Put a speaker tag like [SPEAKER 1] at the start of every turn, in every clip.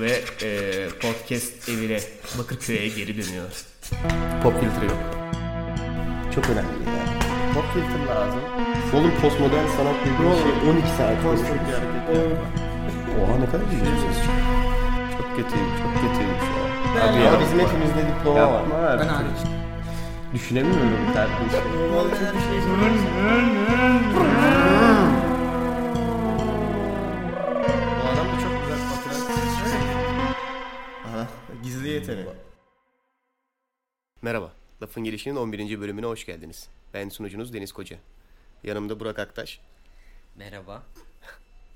[SPEAKER 1] ve e, podcast evine Bakırköy'e geri dönüyor.
[SPEAKER 2] Pop filtre yok. Çok önemli bir yer.
[SPEAKER 3] Pop filter lazım.
[SPEAKER 2] Oğlum postmodern sanat dediğin şey 12 saat konuşuyoruz. Oha ne kadar güzel bir ses. Çok kötüyüm, çok kötüyüm şu an.
[SPEAKER 3] Hadi
[SPEAKER 2] Abi
[SPEAKER 3] ya.
[SPEAKER 2] ya bizim hepimizde diploma
[SPEAKER 3] Yapma
[SPEAKER 2] var.
[SPEAKER 3] abi.
[SPEAKER 4] Ben hariç.
[SPEAKER 2] Düşünemiyorum terbiye şey.
[SPEAKER 3] Bu adam da çok güzel patron. Aha, gizli yetenek.
[SPEAKER 2] Merhaba, Lafın Gelişi'nin 11. bölümüne hoş geldiniz. Ben sunucunuz Deniz Koca. Yanımda Burak Aktaş
[SPEAKER 5] Merhaba.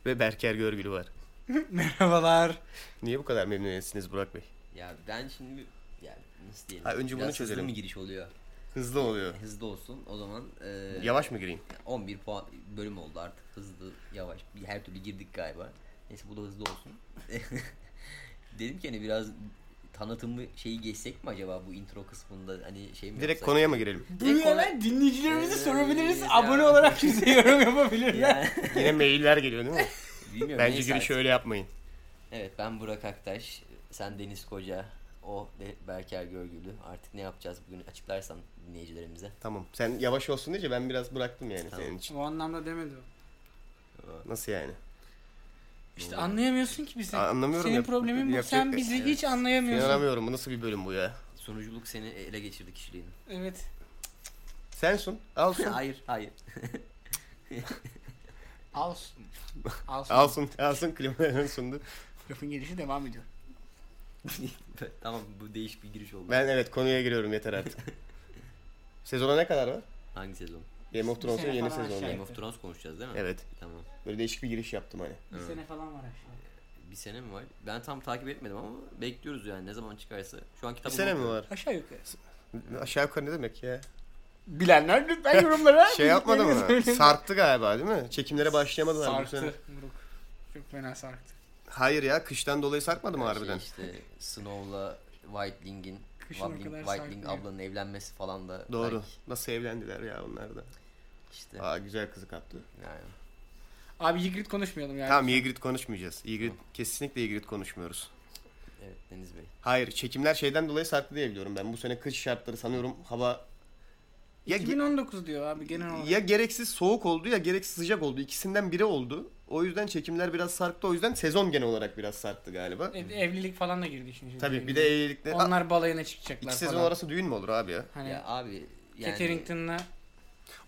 [SPEAKER 2] ve Berker Görgülü var.
[SPEAKER 4] Merhabalar.
[SPEAKER 2] Niye bu kadar memnuniyetsiniz Burak Bey?
[SPEAKER 5] Ya ben şimdi bir- ya nasıl diyelim?
[SPEAKER 2] Ha, önce bunu
[SPEAKER 5] Biraz hızlı
[SPEAKER 2] çözelim.
[SPEAKER 5] mı giriş oluyor?
[SPEAKER 2] Hızlı oluyor.
[SPEAKER 5] Hızlı olsun. O zaman e,
[SPEAKER 2] Yavaş mı gireyim?
[SPEAKER 5] 11 puan bölüm oldu artık. Hızlı, yavaş. Bir- Her türlü girdik galiba. Neyse bu da hızlı olsun. Dedim ki hani biraz tanıtımı şeyi geçsek mi acaba bu intro kısmında hani şey mi
[SPEAKER 2] Direkt
[SPEAKER 5] yapsak?
[SPEAKER 2] konuya mı girelim?
[SPEAKER 5] Direkt
[SPEAKER 4] Bunu hemen dinleyicilerimizi
[SPEAKER 5] Ee,
[SPEAKER 4] sorabiliriz.
[SPEAKER 5] ya.
[SPEAKER 4] Abone olarak bize yorum yapabilirler.
[SPEAKER 5] Yani,
[SPEAKER 2] Yine mailler geliyor değil mi?
[SPEAKER 5] bilmiyorum,
[SPEAKER 2] Bence
[SPEAKER 5] neyse
[SPEAKER 2] girişi
[SPEAKER 5] artık.
[SPEAKER 2] öyle yapmayın.
[SPEAKER 5] Evet ben Burak Aktaş. Sen Deniz Koca. O de Berker Görgülü. Artık ne yapacağız bugün açıklarsan dinleyicilerimize.
[SPEAKER 2] Tamam. Sen yavaş olsun diye ben biraz bıraktım yani
[SPEAKER 5] Tamam.
[SPEAKER 2] senin için.
[SPEAKER 4] O anlamda demedi o.
[SPEAKER 2] Nasıl yani?
[SPEAKER 4] İşte anlayamıyorsun ki bizi.
[SPEAKER 2] Aa, anlamıyorum
[SPEAKER 4] Senin
[SPEAKER 2] ya.
[SPEAKER 4] problemin bu.
[SPEAKER 2] Yapacak- şey
[SPEAKER 4] Sen bizi
[SPEAKER 5] Evet.
[SPEAKER 4] hiç anlayamıyorsun.
[SPEAKER 2] İnanamıyorum. Bu nasıl bir bölüm bu ya?
[SPEAKER 5] Sunuculuk seni ele geçirdi kişiliğini.
[SPEAKER 4] Evet.
[SPEAKER 2] Sensun. Alsun.
[SPEAKER 5] hayır, hayır.
[SPEAKER 4] Alsın. Alsın.
[SPEAKER 2] Alsın. Alsın klimalarını sundu.
[SPEAKER 4] Lafın gelişi devam ediyor.
[SPEAKER 5] tamam bu değişik bir giriş oldu.
[SPEAKER 2] Ben evet konuya giriyorum yeter artık. Sezona ne kadar var?
[SPEAKER 5] Hangi sezon?
[SPEAKER 2] Game of Thrones'un
[SPEAKER 4] sene
[SPEAKER 2] yeni
[SPEAKER 4] falan
[SPEAKER 2] sezonu.
[SPEAKER 4] aşağı.
[SPEAKER 5] Game of Thrones konuşacağız değil mi?
[SPEAKER 2] Evet.
[SPEAKER 5] Tamam.
[SPEAKER 2] Böyle değişik bir giriş yaptım hani.
[SPEAKER 4] Bir
[SPEAKER 5] Evet.
[SPEAKER 4] sene falan var aşağıda.
[SPEAKER 5] Bir sene mi var? Ben tam takip etmedim ama bekliyoruz yani ne zaman çıkarsa. Şu an
[SPEAKER 2] Bir
[SPEAKER 5] kitabı
[SPEAKER 2] sene mi
[SPEAKER 5] okuyorum.
[SPEAKER 2] var?
[SPEAKER 4] Aşağı yukarı.
[SPEAKER 2] Aşağı yukarı ne demek ya?
[SPEAKER 4] Bilenler lütfen yorumlara.
[SPEAKER 2] Şey yapmadı mı?
[SPEAKER 4] bildiklerini
[SPEAKER 2] Sarktı galiba değil mi? Çekimlere başlayamadılar bu sene.
[SPEAKER 4] Sarktı. Buruk. Çok fena sarktı.
[SPEAKER 2] Hayır ya kıştan dolayı sarkmadı mı
[SPEAKER 5] Her
[SPEAKER 2] harbiden?
[SPEAKER 5] Şey işte Snow'la Whiteling'in,
[SPEAKER 4] Kışın o
[SPEAKER 5] Whiteling,
[SPEAKER 4] kadar
[SPEAKER 5] Whiteling
[SPEAKER 4] sarkmıyor.
[SPEAKER 5] ablanın evlenmesi falan da
[SPEAKER 2] Doğru.
[SPEAKER 5] belki
[SPEAKER 2] Nasıl evlendiler ya onlar da.
[SPEAKER 5] işte
[SPEAKER 2] Aa güzel kızı kaptı.
[SPEAKER 5] yani.
[SPEAKER 4] Abi Yigrit konuşmayalım yani.
[SPEAKER 2] Tamam Ygritte konuşmayacağız. Ygritte kesinlikle Ygritte konuşmuyoruz.
[SPEAKER 5] Evet Deniz Bey.
[SPEAKER 2] Hayır çekimler şeyden dolayı sarktı diye biliyorum ben. Bu sene kış şartları sanıyorum hava ya, ge-
[SPEAKER 4] 2019 diyor abi genel olarak.
[SPEAKER 2] ya gereksiz soğuk oldu ya gereksiz sıcak oldu. İkisinden biri oldu. O yüzden çekimler biraz sarktı. O yüzden sezon genel olarak biraz sarktı galiba.
[SPEAKER 4] Ev- evlilik falan da girdi şimdi.
[SPEAKER 2] Tabii bir de evlilikler. Aa,
[SPEAKER 4] Onlar balayına çıkacaklar
[SPEAKER 2] İki
[SPEAKER 4] falan.
[SPEAKER 2] sezon arası düğün mü olur abi ya?
[SPEAKER 4] Hani
[SPEAKER 5] Ya abi yani
[SPEAKER 4] Caterington'la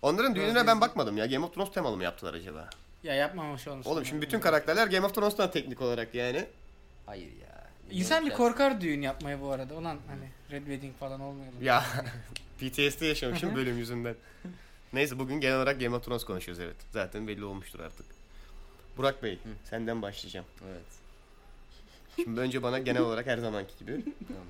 [SPEAKER 2] Onların düğününe ben
[SPEAKER 4] Özledim.
[SPEAKER 2] bakmadım ya. Game of Thrones temalı mı yaptılar acaba?
[SPEAKER 4] ya yapmamış olmuş.
[SPEAKER 2] Oğlum şimdi bütün karakterler Game of Thrones'tan teknik olarak yani.
[SPEAKER 5] hayır ya. Ne
[SPEAKER 4] İnsan bir
[SPEAKER 5] yapacağız?
[SPEAKER 4] korkar düğün yapmaya bu arada. Ulan hani Red Wedding falan olmayalım.
[SPEAKER 2] Ya PTSD yaşamışım bölüm yüzünden. Neyse bugün genel olarak Game of Thrones konuşuyoruz evet. Zaten belli olmuştur artık. Burak Bey senden başlayacağım.
[SPEAKER 5] Evet.
[SPEAKER 2] Şimdi önce bana genel olarak her zamanki gibi.
[SPEAKER 5] Tamam.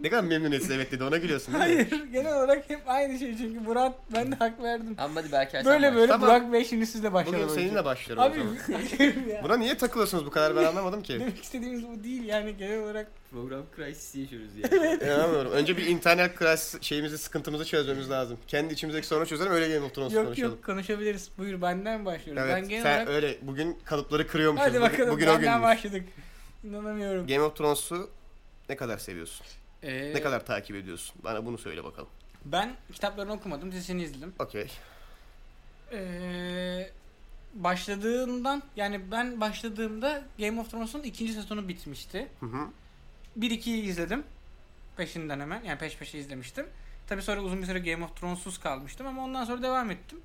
[SPEAKER 2] Ne kadar memnuniyetsiz evet dedi ona gülüyorsun değil mi?
[SPEAKER 4] Hayır genel olarak hep aynı şey çünkü Burak ben de hak verdim.
[SPEAKER 5] Ama hadi Berker sen
[SPEAKER 4] Böyle
[SPEAKER 5] başla.
[SPEAKER 4] böyle
[SPEAKER 2] Tamam.
[SPEAKER 4] Burak Bey şimdi siz de başlayalım.
[SPEAKER 2] Bugün
[SPEAKER 4] önce.
[SPEAKER 2] seninle başlıyorum o zaman.
[SPEAKER 4] Abi hayır ya.
[SPEAKER 2] Buna niye takılıyorsunuz bu kadar ben anlamadım ki.
[SPEAKER 4] Demek istediğimiz bu değil yani genel olarak.
[SPEAKER 5] Program crisis'i yaşıyoruz yani.
[SPEAKER 2] İnanamıyorum. Önce bir internet crash şeyimizi sıkıntımızı çözmemiz lazım. Kendi içimizdeki sorunu çözelim öyle Game of Thrones
[SPEAKER 4] yok
[SPEAKER 2] konuşalım.
[SPEAKER 4] yok konuşabiliriz. Buyur benden başlıyorum.
[SPEAKER 2] Evet
[SPEAKER 4] ben genel
[SPEAKER 2] sen
[SPEAKER 4] olarak
[SPEAKER 2] öyle bugün kalıpları kırıyormuşuz.
[SPEAKER 4] hadi
[SPEAKER 2] Bugün-
[SPEAKER 4] bakalım
[SPEAKER 2] bugün o
[SPEAKER 4] benden
[SPEAKER 2] günmüş.
[SPEAKER 4] başladık. İnanamıyorum.
[SPEAKER 2] Game of Thrones'u ne kadar seviyorsun?
[SPEAKER 4] Ee,
[SPEAKER 2] Ne kadar takip ediyorsun? Bana bunu söyle bakalım.
[SPEAKER 4] Ben kitaplarını okumadım, dizisini izledim.
[SPEAKER 2] Okey.
[SPEAKER 4] Ee, başladığından yani ben başladığımda Game of Thrones'un ikinci sezonu bitmişti.
[SPEAKER 2] Hı hı.
[SPEAKER 4] 1-2'yi izledim. Peşinden hemen yani peş peşe izlemiştim. Tabi sonra uzun bir süre Game of Thrones'suz kalmıştım ama ondan sonra devam ettim.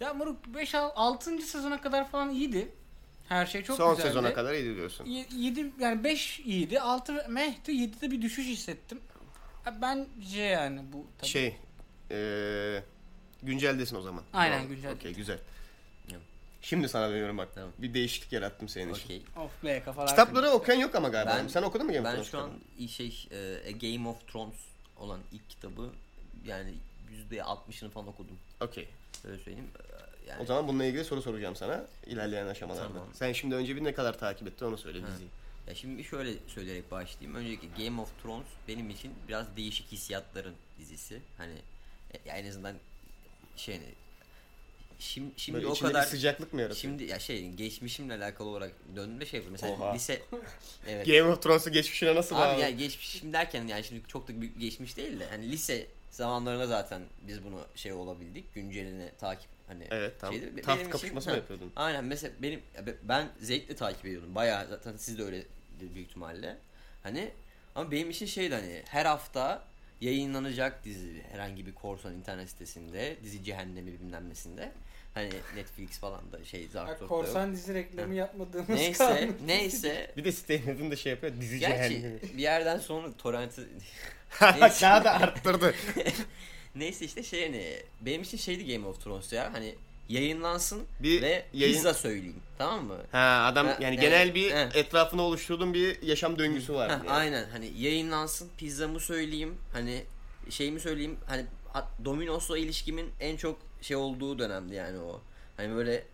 [SPEAKER 4] Ya Muruk 5 6. sezona kadar falan iyiydi. Her şey çok
[SPEAKER 2] Son
[SPEAKER 4] güzeldi.
[SPEAKER 2] sezona kadar iyi diyorsun.
[SPEAKER 4] 7 yani 5 iyiydi. 6 mehdi 7'de bir düşüş hissettim. Ha, Bence yani bu tabii.
[SPEAKER 2] Şey, eee günceldesin o zaman.
[SPEAKER 4] Aynen,
[SPEAKER 2] Doğru.
[SPEAKER 4] güncel.
[SPEAKER 2] Okey, güzel.
[SPEAKER 5] Tamam.
[SPEAKER 2] Şimdi sana dönüyorum bak.
[SPEAKER 5] Tamam.
[SPEAKER 2] Bir değişiklik yarattım senin için.
[SPEAKER 5] Okey.
[SPEAKER 4] Of be kafalar.
[SPEAKER 2] Kitapları okuyan yok ama galiba.
[SPEAKER 5] Ben-
[SPEAKER 2] Sen okudun mu Game of
[SPEAKER 5] Ben
[SPEAKER 2] Thrones
[SPEAKER 5] şu an şey e, A Game of Thrones olan ilk kitabı yani %60'ını falan okudum.
[SPEAKER 2] kitabını? Okey.
[SPEAKER 5] Öyle söyleyeyim. E, Yani
[SPEAKER 2] O zaman bununla ilgili soru soracağım sana ilerleyen aşamalarda.
[SPEAKER 5] Tamam.
[SPEAKER 2] Sen şimdi önce bir ne kadar takip ettin onu söyle
[SPEAKER 5] Ha.
[SPEAKER 2] diziyi.
[SPEAKER 5] ya şimdi şöyle söyleyerek başlayayım. Önceki Game of Thrones benim için biraz değişik hissiyatların dizisi. Hani e, ya en azından şey ne, Şimdi, şimdi
[SPEAKER 2] Böyle
[SPEAKER 5] o
[SPEAKER 2] içinde
[SPEAKER 5] kadar
[SPEAKER 2] bir sıcaklık mı yaratıyor?
[SPEAKER 5] Şimdi ya şey geçmişimle alakalı olarak döndüğümde şey yapıyorum. Mesela
[SPEAKER 2] Oha.
[SPEAKER 5] lise evet.
[SPEAKER 2] Game of Thrones'u geçmişine nasıl
[SPEAKER 5] Abi
[SPEAKER 2] bağlı?
[SPEAKER 5] ya geçmişim derken yani şimdi çok da büyük bir geçmiş değil de hani lise zamanlarında zaten biz bunu şey olabildik. Güncelini takip hani
[SPEAKER 2] Evet tamam.
[SPEAKER 5] şeydi. Be- benim
[SPEAKER 2] Taht
[SPEAKER 5] için-
[SPEAKER 2] kapışması
[SPEAKER 5] Ha,
[SPEAKER 2] mı yapıyordun?
[SPEAKER 5] Aynen mesela benim ya be- ben zevkle takip ediyordum. Bayağı zaten siz de öyle büyük ihtimalle. Hani ama benim için şeydi hani her hafta yayınlanacak dizi herhangi bir korsan internet sitesinde dizi cehennemi bilmem nesinde. Hani Netflix falan da şey
[SPEAKER 4] Bak,
[SPEAKER 5] Zartor'da yok.
[SPEAKER 4] korsan dizi reklamı yapmadığımız
[SPEAKER 5] Neyse
[SPEAKER 4] kalmış.
[SPEAKER 5] neyse.
[SPEAKER 2] Bir de sitenin adını da şey yapıyor. Dizi cehennemi.
[SPEAKER 5] Gerçi bir yerden sonra torrenti Neyse.
[SPEAKER 2] Daha da arttırdı.
[SPEAKER 5] neyse işte şey hani benim için şeydi Game of Thrones ya hani yayınlansın
[SPEAKER 2] Bir
[SPEAKER 5] ve
[SPEAKER 2] yayın-
[SPEAKER 5] pizza söyleyeyim tamam mı?
[SPEAKER 2] Ha adam
[SPEAKER 5] Ha,
[SPEAKER 2] yani,
[SPEAKER 5] yani-
[SPEAKER 2] genel bir
[SPEAKER 5] ha.
[SPEAKER 2] etrafını oluşturduğun bir yaşam döngüsü var.
[SPEAKER 5] Heh,
[SPEAKER 2] yani.
[SPEAKER 5] Aynen hani yayınlansın pizzamı söyleyeyim hani şeyimi söyleyeyim hani hat- Domino's'la ilişkimin en çok şey olduğu dönemdi yani o. Hani böyle e,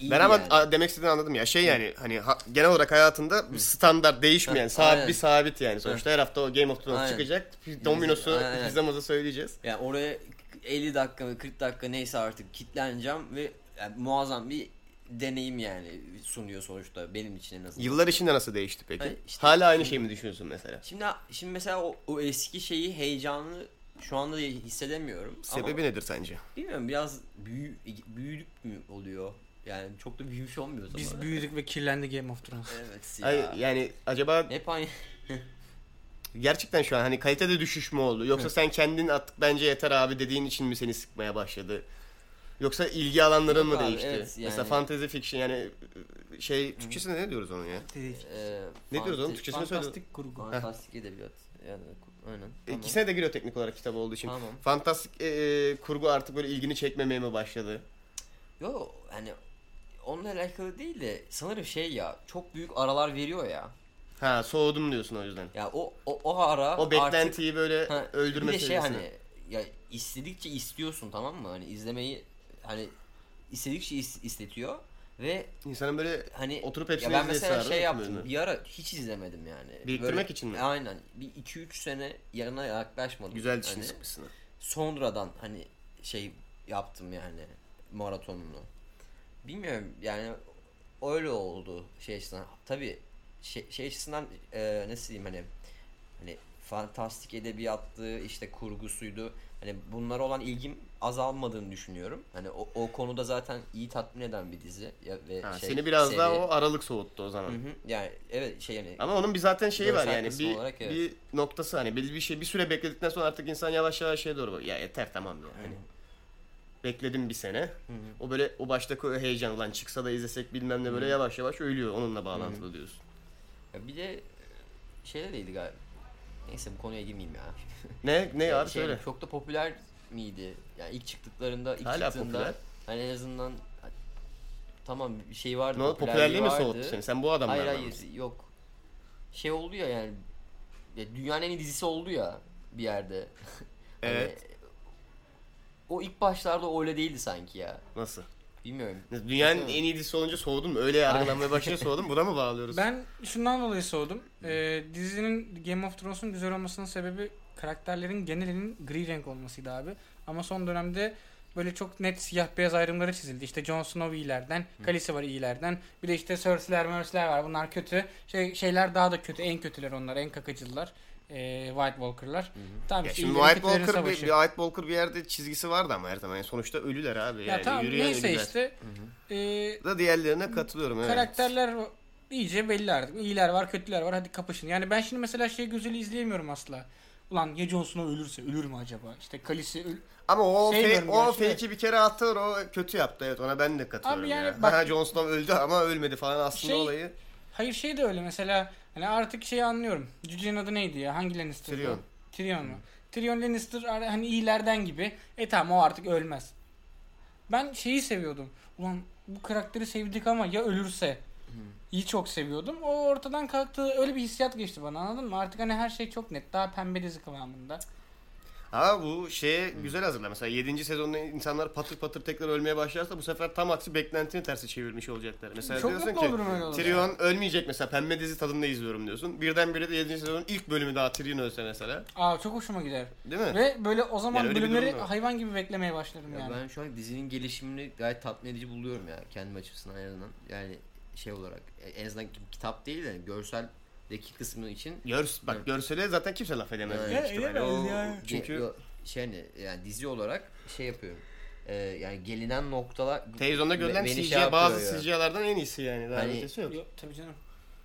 [SPEAKER 5] iyiydi
[SPEAKER 2] Ben ama
[SPEAKER 5] yani.
[SPEAKER 2] a- demek istediğini anladım ya. Şey yani hani ha- genel olarak hayatında bir standart değişmeyen,
[SPEAKER 5] Ha,
[SPEAKER 2] sabit
[SPEAKER 5] aynen.
[SPEAKER 2] bir sabit yani. Sonuçta her hafta o Game of Thrones
[SPEAKER 5] Aynen.
[SPEAKER 2] çıkacak. Domino'su
[SPEAKER 5] Aynen.
[SPEAKER 2] pizzamızı söyleyeceğiz.
[SPEAKER 5] Yani oraya 50 dakika mı 40 dakika neyse artık kitleneceğim ve yani muazzam bir deneyim yani sunuyor sonuçta benim için en azından.
[SPEAKER 2] Yıllar içinde nasıl değişti peki?
[SPEAKER 5] Hayır, işte-
[SPEAKER 2] Hala aynı şeyi mi düşünüyorsun mesela?
[SPEAKER 5] Şimdi şimdi mesela o, o eski şeyi heyecanı şu anda hissedemiyorum.
[SPEAKER 2] Sebebi
[SPEAKER 5] Ama
[SPEAKER 2] nedir sence?
[SPEAKER 5] bilmiyorum biraz büyü, büyüdük mü oluyor? Yani çok da büyümüş olmuyor zaman.
[SPEAKER 4] Biz büyüdük ve kirlendi Game of Thrones.
[SPEAKER 5] Evet ya.
[SPEAKER 2] Ay, yani acaba
[SPEAKER 5] Hep aynı.
[SPEAKER 2] gerçekten şu an hani kalitede düşüş mü oldu? Yoksa sen kendin artık bence yeter abi dediğin için mi seni sıkmaya başladı? Yoksa ilgi alanların
[SPEAKER 5] Yok
[SPEAKER 2] mı
[SPEAKER 5] abi,
[SPEAKER 2] değişti?
[SPEAKER 5] evet, yani-
[SPEAKER 2] Mesela fantasy fiction yani şey Türkçesinde ne diyoruz onun ya?
[SPEAKER 5] Eee
[SPEAKER 2] Ne diyoruz oğlum?
[SPEAKER 5] fantezi-
[SPEAKER 2] Türkçesini söyle. E,
[SPEAKER 4] Fantastik kurgu.
[SPEAKER 5] Fantastik edebiyat. Yani aynen. Tamam.
[SPEAKER 2] İkisine de giriyor teknik olarak kitap olduğu için.
[SPEAKER 5] Tamam.
[SPEAKER 2] Fantastik e, kurgu artık böyle ilgini çekmemeye mi başladı?
[SPEAKER 5] Yo hani onunla alakalı değil de sanırım şey ya çok büyük aralar veriyor ya.
[SPEAKER 2] Ha soğudum diyorsun o yüzden.
[SPEAKER 5] Ya o o, o ara
[SPEAKER 2] O beklentiyi böyle
[SPEAKER 5] artık, ha,
[SPEAKER 2] öldürme
[SPEAKER 5] bir de şey
[SPEAKER 2] seviyesine.
[SPEAKER 5] hani ya istedikçe istiyorsun tamam mı? Hani izlemeyi hani istedikçe is- istetiyor ve
[SPEAKER 2] İnsanın böyle
[SPEAKER 5] hani
[SPEAKER 2] Oturup
[SPEAKER 5] ya
[SPEAKER 2] hepsini
[SPEAKER 5] ben
[SPEAKER 2] izleyesi
[SPEAKER 5] mesela
[SPEAKER 2] var,
[SPEAKER 5] şey
[SPEAKER 2] değil mi
[SPEAKER 5] yaptım.
[SPEAKER 2] bölümleri?
[SPEAKER 5] Bir ara hiç izlemedim yani.
[SPEAKER 2] Biriktirmek için mi?
[SPEAKER 5] Aynen. Bir 2 3 sene yanına yaklaşmadım.
[SPEAKER 2] güzel
[SPEAKER 5] Hani
[SPEAKER 2] dişini sıkmışsın. ha.
[SPEAKER 5] sonradan hani şey yaptım yani maratonunu. Bilmiyorum yani öyle oldu şey açısından. Tabii şey, şey açısından e, nasıl diyeyim hani hani fantastik edebiyattı işte kurgusuydu. Hani bunlara olan ilgim azalmadığını düşünüyorum. Hani o, o konuda zaten iyi tatmin eden bir dizi ya, ve
[SPEAKER 2] Ha,
[SPEAKER 5] şey,
[SPEAKER 2] seni biraz
[SPEAKER 5] seri.
[SPEAKER 2] daha o aralık soğuttu o zaman.
[SPEAKER 5] Hı hı. yani evet şey yani
[SPEAKER 2] Ama onun bir zaten şeyi var
[SPEAKER 5] Görsel
[SPEAKER 2] yani
[SPEAKER 5] kısmı
[SPEAKER 2] bir,
[SPEAKER 5] olarak evet.
[SPEAKER 2] bir noktası hani belli bir şey bir süre bekledikten sonra artık insan yavaş yavaş şeye doğru bakıyor. ya yeter tamam ya hani. Bekledim bir sene. O böyle o baştaki o heyecan lan çıksa da izlesek bilmem ne böyle yavaş yavaş ölüyor onunla bağlantılı diyorsun.
[SPEAKER 5] Ya bir de e, şeyler değildi galiba. Neyse bu konuya girmeyeyim ya.
[SPEAKER 2] Ne ne
[SPEAKER 5] Yani
[SPEAKER 2] abi
[SPEAKER 5] şey,
[SPEAKER 2] söyle.
[SPEAKER 5] Çok da popüler miydi? Yani ilk çıktıklarında, ilk
[SPEAKER 2] Hala
[SPEAKER 5] çıktığında
[SPEAKER 2] popüler.
[SPEAKER 5] hani en azından tamam bir şey vardı.
[SPEAKER 2] Ne oldu? Popülerliği mi soğuttu seni? Sen bu adamlardan
[SPEAKER 5] Hayır
[SPEAKER 2] mısın?
[SPEAKER 5] hayır yok. Şey oldu ya yani ya dünyanın en iyi dizisi oldu ya bir yerde. Hani
[SPEAKER 2] Evet.
[SPEAKER 5] o ilk başlarda öyle değildi sanki ya.
[SPEAKER 2] Nasıl?
[SPEAKER 5] Bilmiyorum.
[SPEAKER 2] Dünyanın
[SPEAKER 5] Ee, Nasıl?
[SPEAKER 2] en iyi dizisi olunca soğudun mu? Öyle yargılanmaya başlayınca soğudun mu? Buna mı bağlıyoruz?
[SPEAKER 4] Ben şundan dolayı sordum. Ee, dizinin Game of Thrones'un güzel olmasının sebebi karakterlerin genelinin gri renk olmasıydı abi. Ama son dönemde böyle çok net siyah beyaz ayrımları çizildi. İşte Jon Snow iyilerden, Khaleesi var iyilerden. Bir de işte Cersei'ler, Mercy'ler var. Bunlar kötü. Şey şeyler daha da kötü. En kötüler onlar, en kakacılar. Ee, White Walker'lar. Tamam
[SPEAKER 2] Ya
[SPEAKER 4] işte
[SPEAKER 2] şimdi
[SPEAKER 4] iyilerin
[SPEAKER 2] White
[SPEAKER 4] kötülerin
[SPEAKER 2] Walker bir,
[SPEAKER 4] savaşı.
[SPEAKER 2] bir White Walker bir yerde çizgisi vardı ama her zaman. Yani sonuçta ölüler abi.
[SPEAKER 4] ya
[SPEAKER 2] yani
[SPEAKER 4] tamam
[SPEAKER 2] yürüyen
[SPEAKER 4] neyse
[SPEAKER 2] ölüler.
[SPEAKER 4] işte. Ee,
[SPEAKER 2] Da diğerlerine katılıyorum evet.
[SPEAKER 4] Karakterler iyice belli artık. İyiler var, kötüler var. Hadi kapışın. Yani ben şimdi mesela şey gözüyle izleyemiyorum asla. Ulan ya Jon Snow ölürse ölür mü acaba? İşte Kalisi öl...
[SPEAKER 2] Ama o
[SPEAKER 4] Şey
[SPEAKER 2] fe-
[SPEAKER 4] diyorum
[SPEAKER 2] o
[SPEAKER 4] gerçi de.
[SPEAKER 2] fake'i bir kere attı o kötü yaptı evet ona ben de katılıyorum
[SPEAKER 4] Abi yani
[SPEAKER 2] ya.
[SPEAKER 4] bak-
[SPEAKER 2] ha Jon Snow öldü ama ölmedi falan aslında
[SPEAKER 4] Şey-
[SPEAKER 2] olayı.
[SPEAKER 4] Hayır şey de öyle mesela. Hani artık şeyi anlıyorum. Cücenin adı neydi ya? Hangi Lannister'dı?
[SPEAKER 2] Tyrion. Hmm.
[SPEAKER 4] Tyrion mu? Tyrion Lannister ar- hani iyilerden gibi. E tamam o artık ölmez. Ben şeyi seviyordum. Ulan bu karakteri sevdik ama ya ölürse?
[SPEAKER 2] Hmm.
[SPEAKER 4] İyi çok seviyordum. O ortadan kalktı. Öyle bir hissiyat geçti bana anladın mı? Artık hani her şey çok net. Daha pembe dizi kıvamında.
[SPEAKER 2] Ama bu şeye güzel hazırlar. Mesela 7. sezonda insanlar patır patır tekrar ölmeye başlarsa bu sefer tam aksi beklentini tersi çevirmiş olacaklar. Mesela
[SPEAKER 4] Çok
[SPEAKER 2] diyorsun
[SPEAKER 4] mutlu
[SPEAKER 2] ki
[SPEAKER 4] olurum öyle olunca.
[SPEAKER 2] Tyrion ölmeyecek mesela pembe dizi tadında izliyorum diyorsun. Birdenbire de 7. sezonun ilk bölümü daha Tyrion ölse mesela.
[SPEAKER 4] Aa çok hoşuma gider.
[SPEAKER 2] Değil mi?
[SPEAKER 4] Ve böyle o zaman
[SPEAKER 2] Yani öyle bir
[SPEAKER 4] bölümleri
[SPEAKER 2] durum da var.
[SPEAKER 4] hayvan gibi beklemeye başlarım
[SPEAKER 5] Ya
[SPEAKER 4] yani.
[SPEAKER 5] Ben şu an dizinin gelişimini gayet tatmin edici buluyorum ya kendim açısından en azından. Yani şey olarak e, en azından ki- kitap değil de görseldeki kısmı için
[SPEAKER 2] Görs bak
[SPEAKER 5] Evet.
[SPEAKER 2] görsele zaten kimse laf edemez.
[SPEAKER 5] Evet.
[SPEAKER 2] büyük ihtimalle.
[SPEAKER 4] edemez
[SPEAKER 2] O-
[SPEAKER 4] yani.
[SPEAKER 2] Çünkü
[SPEAKER 5] E, yo- şey hani yani dizi olarak şey yapıyorum. E, yani gelinen noktalar
[SPEAKER 2] televizyonda
[SPEAKER 5] be-
[SPEAKER 2] görülen
[SPEAKER 5] beni
[SPEAKER 2] CGI
[SPEAKER 5] şey yapıyor
[SPEAKER 2] bazı
[SPEAKER 5] ya.
[SPEAKER 2] CGI'lardan en iyisi yani. Daha
[SPEAKER 5] Hani-
[SPEAKER 2] ötesi yok.
[SPEAKER 4] Yok, tabii canım.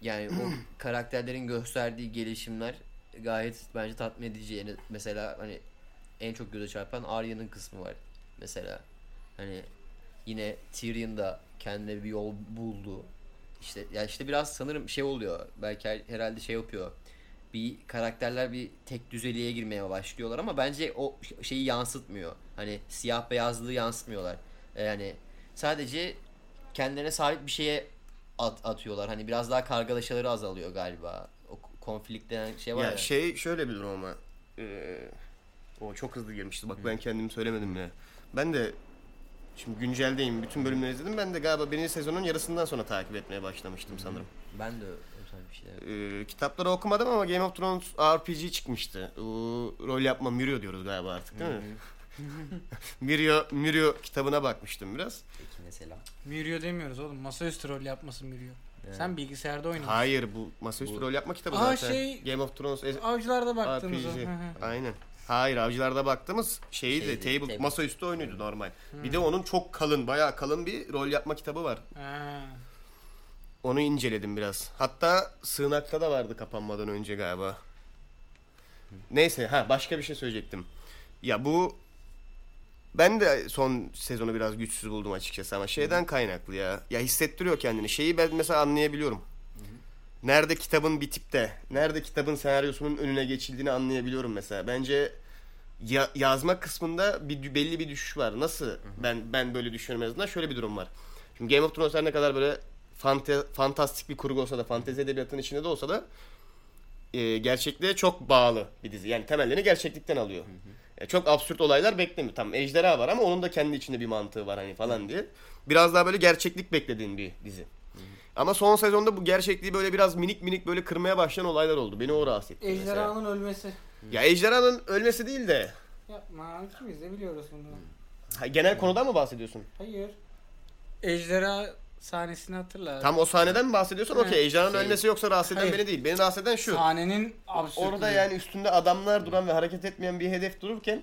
[SPEAKER 5] Yani o karakterlerin gösterdiği gelişimler gayet bence tatmin edici. Yani mesela hani en çok göze çarpan Arya'nın kısmı var mesela. Hani yine Tyrion da kendine bir yol buldu. İşte ya işte biraz sanırım şey oluyor. Belki her- herhalde şey yapıyor. Bir karakterler bir tek düzeliğe girmeye başlıyorlar ama bence o şeyi yansıtmıyor. Hani siyah beyazlığı yansıtmıyorlar. E, Yani sadece kendilerine sahip bir şeye at- atıyorlar. Hani biraz daha kargalaşaları azalıyor galiba. O k- konflikt denen şey var ya.
[SPEAKER 2] Ya şey şöyle bir durum ama. Ee, o çok hızlı girmişti. Bak ben kendim söylemedim ya. Ben de şimdi günceldeyim. Bütün bölümleri izledim. Ben de galiba birinci sezonun yarısından sonra takip etmeye başlamıştım sanırım.
[SPEAKER 5] Ben de öyle bir şey.
[SPEAKER 2] Ee, kitapları okumadım ama Game of Thrones RPG çıkmıştı. O, rol yapma Mirio diyoruz galiba artık değil mi? Mirio, Mirio kitabına bakmıştım biraz.
[SPEAKER 5] Peki mesela.
[SPEAKER 4] Mürio demiyoruz oğlum. Masaüstü rol yapmasın Mürio.
[SPEAKER 5] Yani
[SPEAKER 4] Sen bilgisayarda oynuyorsun.
[SPEAKER 2] Hayır bu masaüstü
[SPEAKER 5] Bu-
[SPEAKER 2] rol yapma kitabı
[SPEAKER 4] Aa,
[SPEAKER 2] zaten.
[SPEAKER 4] şey-
[SPEAKER 2] Game of Thrones e-
[SPEAKER 4] Avcılarda baktığımız o.
[SPEAKER 2] RPG.
[SPEAKER 4] Hı hı.
[SPEAKER 2] Aynen. Hayır avcılarda baktığımız şeydi,
[SPEAKER 5] Şeydi,
[SPEAKER 2] table,
[SPEAKER 5] table.
[SPEAKER 2] masaüstü oyunuydu normal. Bir de onun çok kalın bayağı kalın bir rol yapma kitabı var.
[SPEAKER 4] Ha.
[SPEAKER 2] Onu inceledim biraz. Hatta sığınakta da vardı kapanmadan önce galiba. Neyse ha başka bir şey söyleyecektim. Ya bu ben de son sezonu biraz güçsüz buldum açıkçası ama şeyden kaynaklı ya. Ya hissettiriyor kendini. Şeyi ben mesela anlayabiliyorum. Nerede kitabın bitip de nerede kitabın senaryosunun önüne geçildiğini anlayabiliyorum mesela. Bence ya- yazma kısmında bir dü- belli bir düşüş var. Nasıl? Ben ben böyle düşünüyorum en azından. Şöyle bir durum var. Şimdi Game of Thrones her ne kadar böyle fante- fantastik bir kurgu olsa da, fantezi edebiyatının içinde de olsa da e, gerçekliğe çok bağlı bir dizi. Yani temellerini gerçeklikten alıyor. E, çok absürt olaylar beklemiyor. Tamam ejderha var ama onun da kendi içinde bir mantığı var hani falan diye. Biraz daha böyle gerçeklik beklediğin bir dizi. Ama son sezonda bu gerçekliği böyle biraz minik minik böyle kırmaya başlayan olaylar oldu. Beni o rahatsız etti. mesela.
[SPEAKER 4] Ejderhanın ölmesi.
[SPEAKER 2] Ya ejderhanın ölmesi değil de
[SPEAKER 4] Yapma ikimiz de biliyoruz
[SPEAKER 2] Hmm.
[SPEAKER 4] bunu.
[SPEAKER 2] Ha, genel konudan mı bahsediyorsun?
[SPEAKER 4] Hayır. Ejderha sahnesini hatırla.
[SPEAKER 2] Tam o sahneden mi bahsediyorsun?
[SPEAKER 4] Evet.
[SPEAKER 2] Okey ejderhanın
[SPEAKER 5] Şey-
[SPEAKER 2] ölmesi yoksa rahatsız eden
[SPEAKER 4] Hayır.
[SPEAKER 2] beni değil. Beni rahatsız eden şu.
[SPEAKER 4] Sahnenin absürtlüğü.
[SPEAKER 2] Orada yani üstünde adamlar duran ve hareket etmeyen bir hedef dururken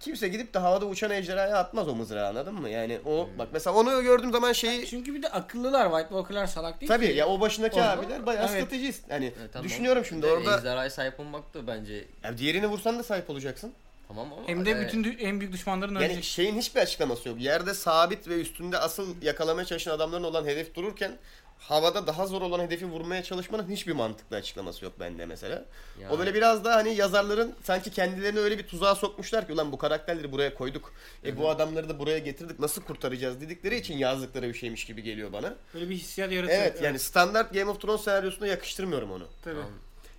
[SPEAKER 2] kimse gidip de havada uçan ejderhaya atmaz o mızrağı anladın mı? Yani o bak mesela onu gördüğüm zaman şeyi
[SPEAKER 4] Çünkü bir de akıllılar White Walker'lar salak değil
[SPEAKER 2] tabii
[SPEAKER 4] ki.
[SPEAKER 2] ya o başındaki
[SPEAKER 4] Orada-
[SPEAKER 2] abiler bayağı
[SPEAKER 4] Evet.
[SPEAKER 2] stratejist. Hani
[SPEAKER 5] Evet, E, tamam.
[SPEAKER 2] düşünüyorum şimdi
[SPEAKER 5] Ve
[SPEAKER 2] orada
[SPEAKER 5] Ejderhaya sahip olmak da bence
[SPEAKER 2] Ya diğerini vursan da sahip olacaksın.
[SPEAKER 5] tamam ama. e,
[SPEAKER 4] Hem de
[SPEAKER 5] yani-
[SPEAKER 4] bütün dü- en büyük düşmanların
[SPEAKER 2] Yani
[SPEAKER 4] ölecek.
[SPEAKER 2] şeyin hiçbir açıklaması yok. Yerde sabit ve üstünde asıl yakalamaya çalışan adamların olan hedef dururken havada daha zor olan hedefi vurmaya çalışmanın hiçbir mantıklı açıklaması yok bende mesela.
[SPEAKER 5] Yani-
[SPEAKER 2] O böyle biraz daha hani yazarların sanki kendilerini öyle bir tuzağa sokmuşlar ki ulan bu karakterleri buraya koyduk. E bu adamları da buraya getirdik. Nasıl kurtaracağız dedikleri için yazdıkları bir şeymiş gibi geliyor bana.
[SPEAKER 4] Böyle bir hissiyat yaratıyor.
[SPEAKER 2] Evet yani standart Game of Thrones senaryosuna yakıştırmıyorum onu.
[SPEAKER 4] Tabii.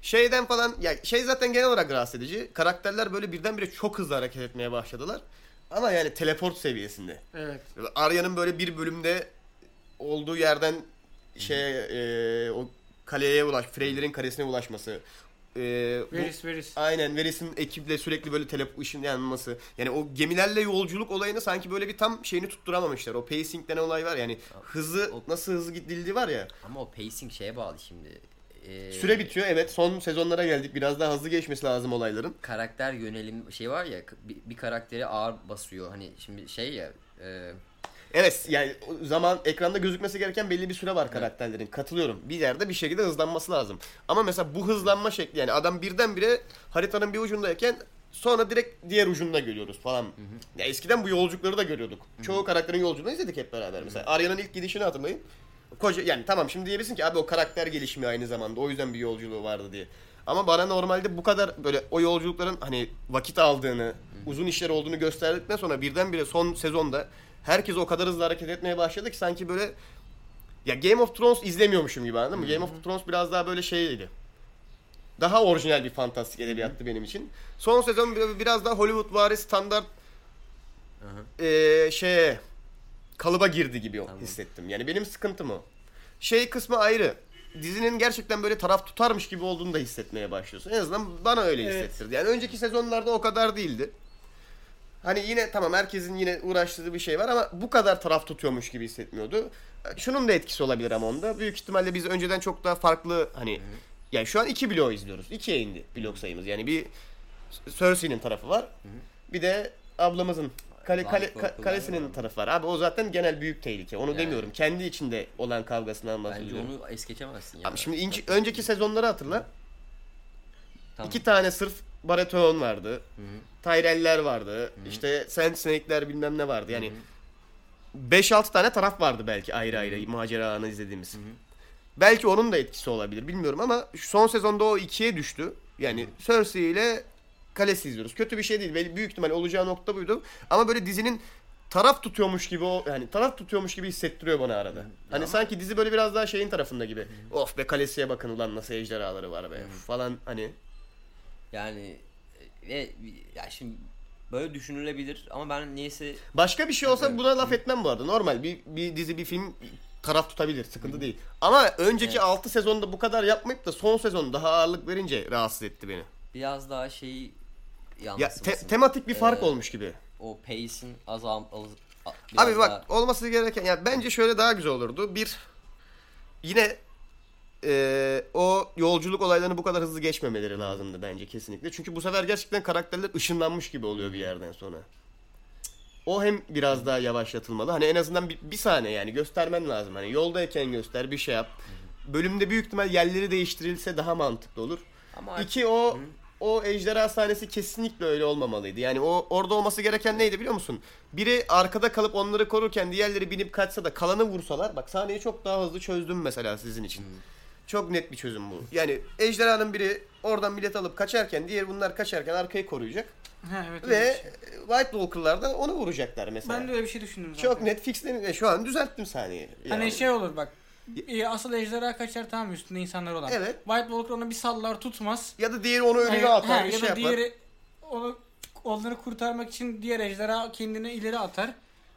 [SPEAKER 2] Şeyden falan ya şey zaten genel olarak rahatsız edici. Karakterler böyle birdenbire çok hızlı hareket etmeye başladılar. Ama yani teleport seviyesinde.
[SPEAKER 4] Evet.
[SPEAKER 2] Arya'nın böyle bir bölümde olduğu yerden şey e, o kaleye ulaş, Freyler'in karesine ulaşması. E, bu-
[SPEAKER 4] Veris veris.
[SPEAKER 2] aynen Veris'in ekiple sürekli böyle tele ışın yanması. Yani o gemilerle yolculuk olayını sanki böyle bir tam şeyini tutturamamışlar. O pacing denen olay var yani hızı
[SPEAKER 5] O-
[SPEAKER 2] nasıl hızlı gidildiği var ya.
[SPEAKER 5] Ama o pacing şeye bağlı şimdi. Ee,
[SPEAKER 2] Süre bitiyor evet son sezonlara geldik biraz daha hızlı geçmesi lazım olayların.
[SPEAKER 5] karakter yönelim şey var ya bir, bir karakteri ağır basıyor. Hani şimdi şey ya e,
[SPEAKER 2] Evet yani o zaman ekranda gözükmesi gereken belli bir süre var karakterlerin. Katılıyorum. Bir yerde bir şekilde hızlanması lazım. Ama mesela bu hızlanma şekli yani adam birdenbire haritanın bir ucundayken sonra direkt diğer ucunda görüyoruz falan. Ya eskiden bu yolculukları da görüyorduk. Çoğu karakterin yolculuğunu izledik hep beraber. Mesela Arya'nın ilk gidişini hatırlayın. Koca yani tamam şimdi diyebilirsin ki abi o karakter gelişimi aynı zamanda o yüzden bir yolculuğu vardı diye. Ama bana normalde bu kadar böyle o yolculukların hani vakit aldığını, uzun işler olduğunu gösterdikten sonra birdenbire son sezonda herkes o kadar hızlı hareket etmeye başladı ki sanki böyle ya Game of Thrones izlemiyormuşum gibi anladın mı? Game of Thrones biraz daha böyle şeydi. Daha orijinal bir fantastik edebiyattı benim için. Son sezon bi- biraz daha Hollywood vari standart eee şeye kalıba girdi gibi o- hissettim. Yani benim sıkıntım o. Şey kısmı ayrı. Dizinin gerçekten böyle taraf tutarmış gibi olduğunu da hissetmeye başlıyorsun. En azından bana öyle
[SPEAKER 4] Evet.
[SPEAKER 2] hissettirdi. Yani önceki sezonlarda o kadar değildi. Hani yine tamam herkesin yine uğraştığı bir şey var ama bu kadar taraf tutuyormuş gibi hissetmiyordu. Şunun da etkisi olabilir ama onda. Büyük ihtimalle biz önceden çok daha farklı hani yani şu an iki blok izliyoruz. İkiye indi blok sayımız. Yani bir Cersei'nin tarafı var. Bir de ablamızın kale,
[SPEAKER 5] Lan
[SPEAKER 2] kale, ka-
[SPEAKER 5] korkular
[SPEAKER 2] kalesinin
[SPEAKER 5] var.
[SPEAKER 2] tarafı var. Abi o zaten genel büyük tehlike. Onu
[SPEAKER 5] Yani.
[SPEAKER 2] demiyorum. Kendi içinde olan kavgasından
[SPEAKER 5] Bence
[SPEAKER 2] bahsediyorum.
[SPEAKER 5] onu es geçemezsin ya.
[SPEAKER 2] Abi şimdi inci- önceki sezonları hatırla.
[SPEAKER 5] Tamam.
[SPEAKER 2] İki tane sırf Baratheon vardı. Tyrell'ler vardı. işte Sand Snake'ler bilmem ne vardı. Yani 5-6 tane taraf vardı belki ayrı ayrı macera anı izlediğimiz. Belki onun da etkisi olabilir bilmiyorum ama şu son sezonda o ikiye düştü. Yani Cersei ile Kalesi izliyoruz. Kötü bir şey değil. Belli- Büyük ihtimal olacağı nokta buydu. Ama böyle dizinin taraf tutuyormuş gibi o yani taraf tutuyormuş gibi hissettiriyor bana arada. Hani sanki dizi böyle biraz daha şeyin tarafında gibi. Of be kalesiye bakın ulan nasıl ejderhaları var be falan hani.
[SPEAKER 5] Yani e, ve ya şimdi böyle düşünülebilir ama ben niyeyse
[SPEAKER 2] Başka bir şey olsa buna laf etmem bu arada. Normal bir, bir dizi bir film taraf tutabilir. Sıkıntı değil. Ama önceki
[SPEAKER 5] Evet.
[SPEAKER 2] altı 6 sezonda bu kadar yapmayıp da son sezon daha ağırlık verince rahatsız etti beni.
[SPEAKER 5] biraz daha şey
[SPEAKER 2] Ya
[SPEAKER 5] yansımasın.
[SPEAKER 2] te- tematik bir fark
[SPEAKER 5] Ee,
[SPEAKER 2] olmuş gibi.
[SPEAKER 5] o pace'in azal az, a-
[SPEAKER 2] Abi
[SPEAKER 5] biraz
[SPEAKER 2] bak
[SPEAKER 5] daha-
[SPEAKER 2] olması gereken ya bence şöyle daha güzel olurdu. Bir yine eee, Ee, o yolculuk olaylarını bu kadar hızlı geçmemeleri lazımdı bence kesinlikle. Çünkü bu sefer gerçekten karakterler ışınlanmış gibi oluyor bir yerden sonra. O hem biraz daha yavaşlatılmalı. Hani en azından bir, bir saniye yani göstermen lazım. Hani yoldayken göster bir şey yap. Bölümde büyük ihtimal yerleri değiştirilse daha mantıklı olur.
[SPEAKER 5] ama
[SPEAKER 2] İki o o ejderha sahnesi kesinlikle öyle olmamalıydı. Yani o orada olması gereken neydi biliyor musun? Biri arkada kalıp onları korurken diğerleri binip kaçsa da kalanı vursalar. Bak sahneyi çok daha hızlı çözdüm mesela sizin için. Çok net bir çözüm bu. Yani ejderhanın biri oradan bilet alıp kaçarken diğer bunlar kaçarken arkayı koruyacak.
[SPEAKER 4] Ha, evet,
[SPEAKER 2] Ve
[SPEAKER 4] öyle bir şey.
[SPEAKER 2] e, White Walker'lar da onu vuracaklar mesela.
[SPEAKER 4] Ben de öyle bir şey düşündüm zaten.
[SPEAKER 2] Çok net fixledim. E, Şu an düzelttim sahneyi.
[SPEAKER 4] Hani
[SPEAKER 2] Yani.
[SPEAKER 4] şey olur bak. e, Asıl ejderha kaçar tamam üstünde insanlar olan.
[SPEAKER 2] Evet.
[SPEAKER 4] White Walker onu bir sallar tutmaz. Hani,
[SPEAKER 2] Ya da diğeri onu önüne
[SPEAKER 4] Ha,
[SPEAKER 2] atar
[SPEAKER 4] ha,
[SPEAKER 2] bir
[SPEAKER 4] ya
[SPEAKER 2] şey
[SPEAKER 4] da
[SPEAKER 2] yapar.
[SPEAKER 4] diğeri onu onları kurtarmak için diğer ejderha kendini ileri atar.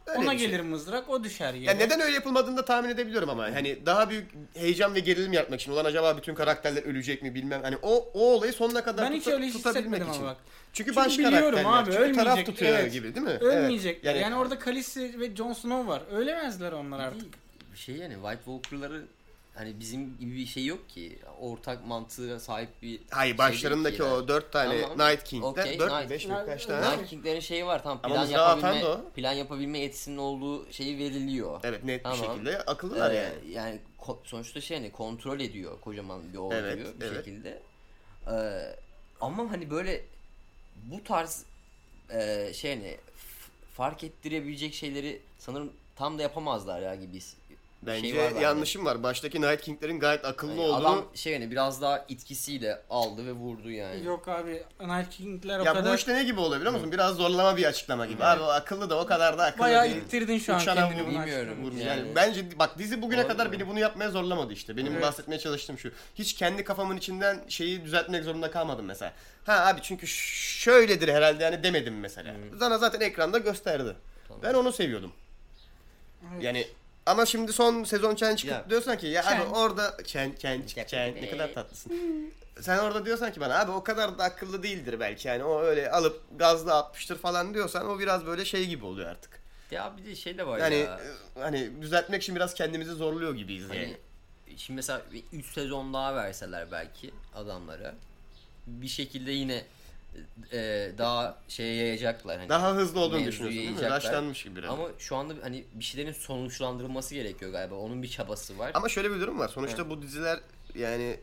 [SPEAKER 2] Öyle
[SPEAKER 4] Ona
[SPEAKER 2] bir şey.
[SPEAKER 4] gelir mızrak, o düşer yere.
[SPEAKER 2] Ya neden öyle yapılmadığını da tahmin edebiliyorum ama hani daha büyük heyecan ve gerilim yaratmak için olan acaba bütün karakterler ölecek mi bilmem hani o o olayı sonuna kadar
[SPEAKER 4] Ben hiç
[SPEAKER 2] tuta-
[SPEAKER 4] öyle hiç
[SPEAKER 2] tutabilmek
[SPEAKER 4] hissetmedim
[SPEAKER 2] için.
[SPEAKER 4] ama bak.
[SPEAKER 2] Çünkü,
[SPEAKER 4] Çünkü
[SPEAKER 2] başka
[SPEAKER 4] biliyorum
[SPEAKER 2] karakterler
[SPEAKER 4] abi,
[SPEAKER 2] çünkü taraf
[SPEAKER 4] ölmeyecek,
[SPEAKER 2] tutuyor
[SPEAKER 4] evet.
[SPEAKER 2] gibi değil mi?
[SPEAKER 4] Ölmeyecekler.
[SPEAKER 2] Evet.
[SPEAKER 4] Yani orada Khaleesi ve Jon Snow var. Ölemezler onlar artık.
[SPEAKER 5] bir şey yani White Walker'ları hani bizim gibi bir şey yok ki. Ortak mantığa sahip bir
[SPEAKER 2] Hayır
[SPEAKER 5] şey
[SPEAKER 2] başlarındaki
[SPEAKER 5] değil ki
[SPEAKER 2] o dört tane
[SPEAKER 5] Tamam.
[SPEAKER 2] Night King'de
[SPEAKER 5] Okey,
[SPEAKER 2] dört mü
[SPEAKER 5] Night
[SPEAKER 2] beş mi
[SPEAKER 4] King.
[SPEAKER 2] kaç
[SPEAKER 4] Night
[SPEAKER 2] tane?
[SPEAKER 5] yani.
[SPEAKER 4] Night-
[SPEAKER 5] Night King'lerin şeyi var tamam
[SPEAKER 2] Ama
[SPEAKER 5] plan
[SPEAKER 2] mızrağı atan
[SPEAKER 5] yapabilme,
[SPEAKER 2] da o.
[SPEAKER 5] plan yapabilme yetisinin olduğu şeyi veriliyor.
[SPEAKER 2] Evet net
[SPEAKER 5] Tamam.
[SPEAKER 2] bir şekilde akıllılar
[SPEAKER 5] Ee,
[SPEAKER 2] yani.
[SPEAKER 5] yani ko- sonuçta şey hani kontrol ediyor kocaman bir orduyu
[SPEAKER 2] Evet,
[SPEAKER 5] bir
[SPEAKER 2] evet.
[SPEAKER 5] şekilde. Ee, ama hani böyle bu tarz e, şey hani f- fark ettirebilecek şeyleri sanırım tam da yapamazlar ya gibi his- bir
[SPEAKER 2] Bence
[SPEAKER 5] şey var bende.
[SPEAKER 2] yanlışım var. Baştaki Night King'lerin gayet akıllı
[SPEAKER 5] Yani
[SPEAKER 2] olduğunu
[SPEAKER 5] adam şey hani biraz daha itkisiyle aldı ve vurdu yani.
[SPEAKER 4] Yok abi, Night King'ler o
[SPEAKER 2] ya
[SPEAKER 4] kadar
[SPEAKER 2] bu işte ne gibi oluyor biliyor musun? Biraz zorlama bir açıklama gibi. Abi o akıllı da o kadar da akıllı
[SPEAKER 4] bayağı
[SPEAKER 2] değil.
[SPEAKER 4] ittirdin şu an
[SPEAKER 2] Uçan
[SPEAKER 4] kendini
[SPEAKER 2] avu
[SPEAKER 4] buna
[SPEAKER 5] bilmiyorum.
[SPEAKER 4] açtın.
[SPEAKER 2] Vurmuş.
[SPEAKER 5] Yani-
[SPEAKER 2] Yani, bence bak dizi bugüne
[SPEAKER 5] Olabilir
[SPEAKER 2] kadar
[SPEAKER 5] mi?
[SPEAKER 2] beni bunu yapmaya zorlamadı işte. Benim
[SPEAKER 4] Evet.
[SPEAKER 2] bahsetmeye çalıştığım şu. Hiç kendi kafamın içinden şeyi düzeltmek zorunda kalmadım mesela. Ha abi çünkü ş- şöyledir herhalde yani demedim mesela. Sana zaten ekranda gösterdi. Ben onu seviyordum.
[SPEAKER 4] Evet.
[SPEAKER 2] Yani ama şimdi son sezon Chen çıkıp
[SPEAKER 5] Ya.
[SPEAKER 2] diyorsan ki ya abi
[SPEAKER 4] Chen.
[SPEAKER 2] orada Chen Chen Chen, Chen ne kadar tatlısın. Sen orada diyorsan ki bana abi o kadar da akıllı değildir belki yani o öyle alıp gazla atmıştır falan diyorsan o biraz böyle şey gibi oluyor artık.
[SPEAKER 5] Ya bir de şey de var
[SPEAKER 2] Yani
[SPEAKER 5] ya.
[SPEAKER 2] e, hani düzeltmek için biraz kendimizi zorluyor gibiyiz yani.
[SPEAKER 5] Hani şimdi mesela 3 sezon daha verseler belki adamlara bir şekilde yine e, daha şeye yayacaklar. Hani
[SPEAKER 2] Daha hızlı olduğunu
[SPEAKER 5] mevzuyu
[SPEAKER 2] düşünüyorsun değil mi?
[SPEAKER 5] yayacaklar.
[SPEAKER 2] Raşlanmış gibi biraz. Ama,
[SPEAKER 5] Ama şu anda hani bir şeylerin sonuçlandırılması gerekiyor galiba. Onun bir çabası var.
[SPEAKER 2] şöyle bir durum var. Sonuçta bu diziler yani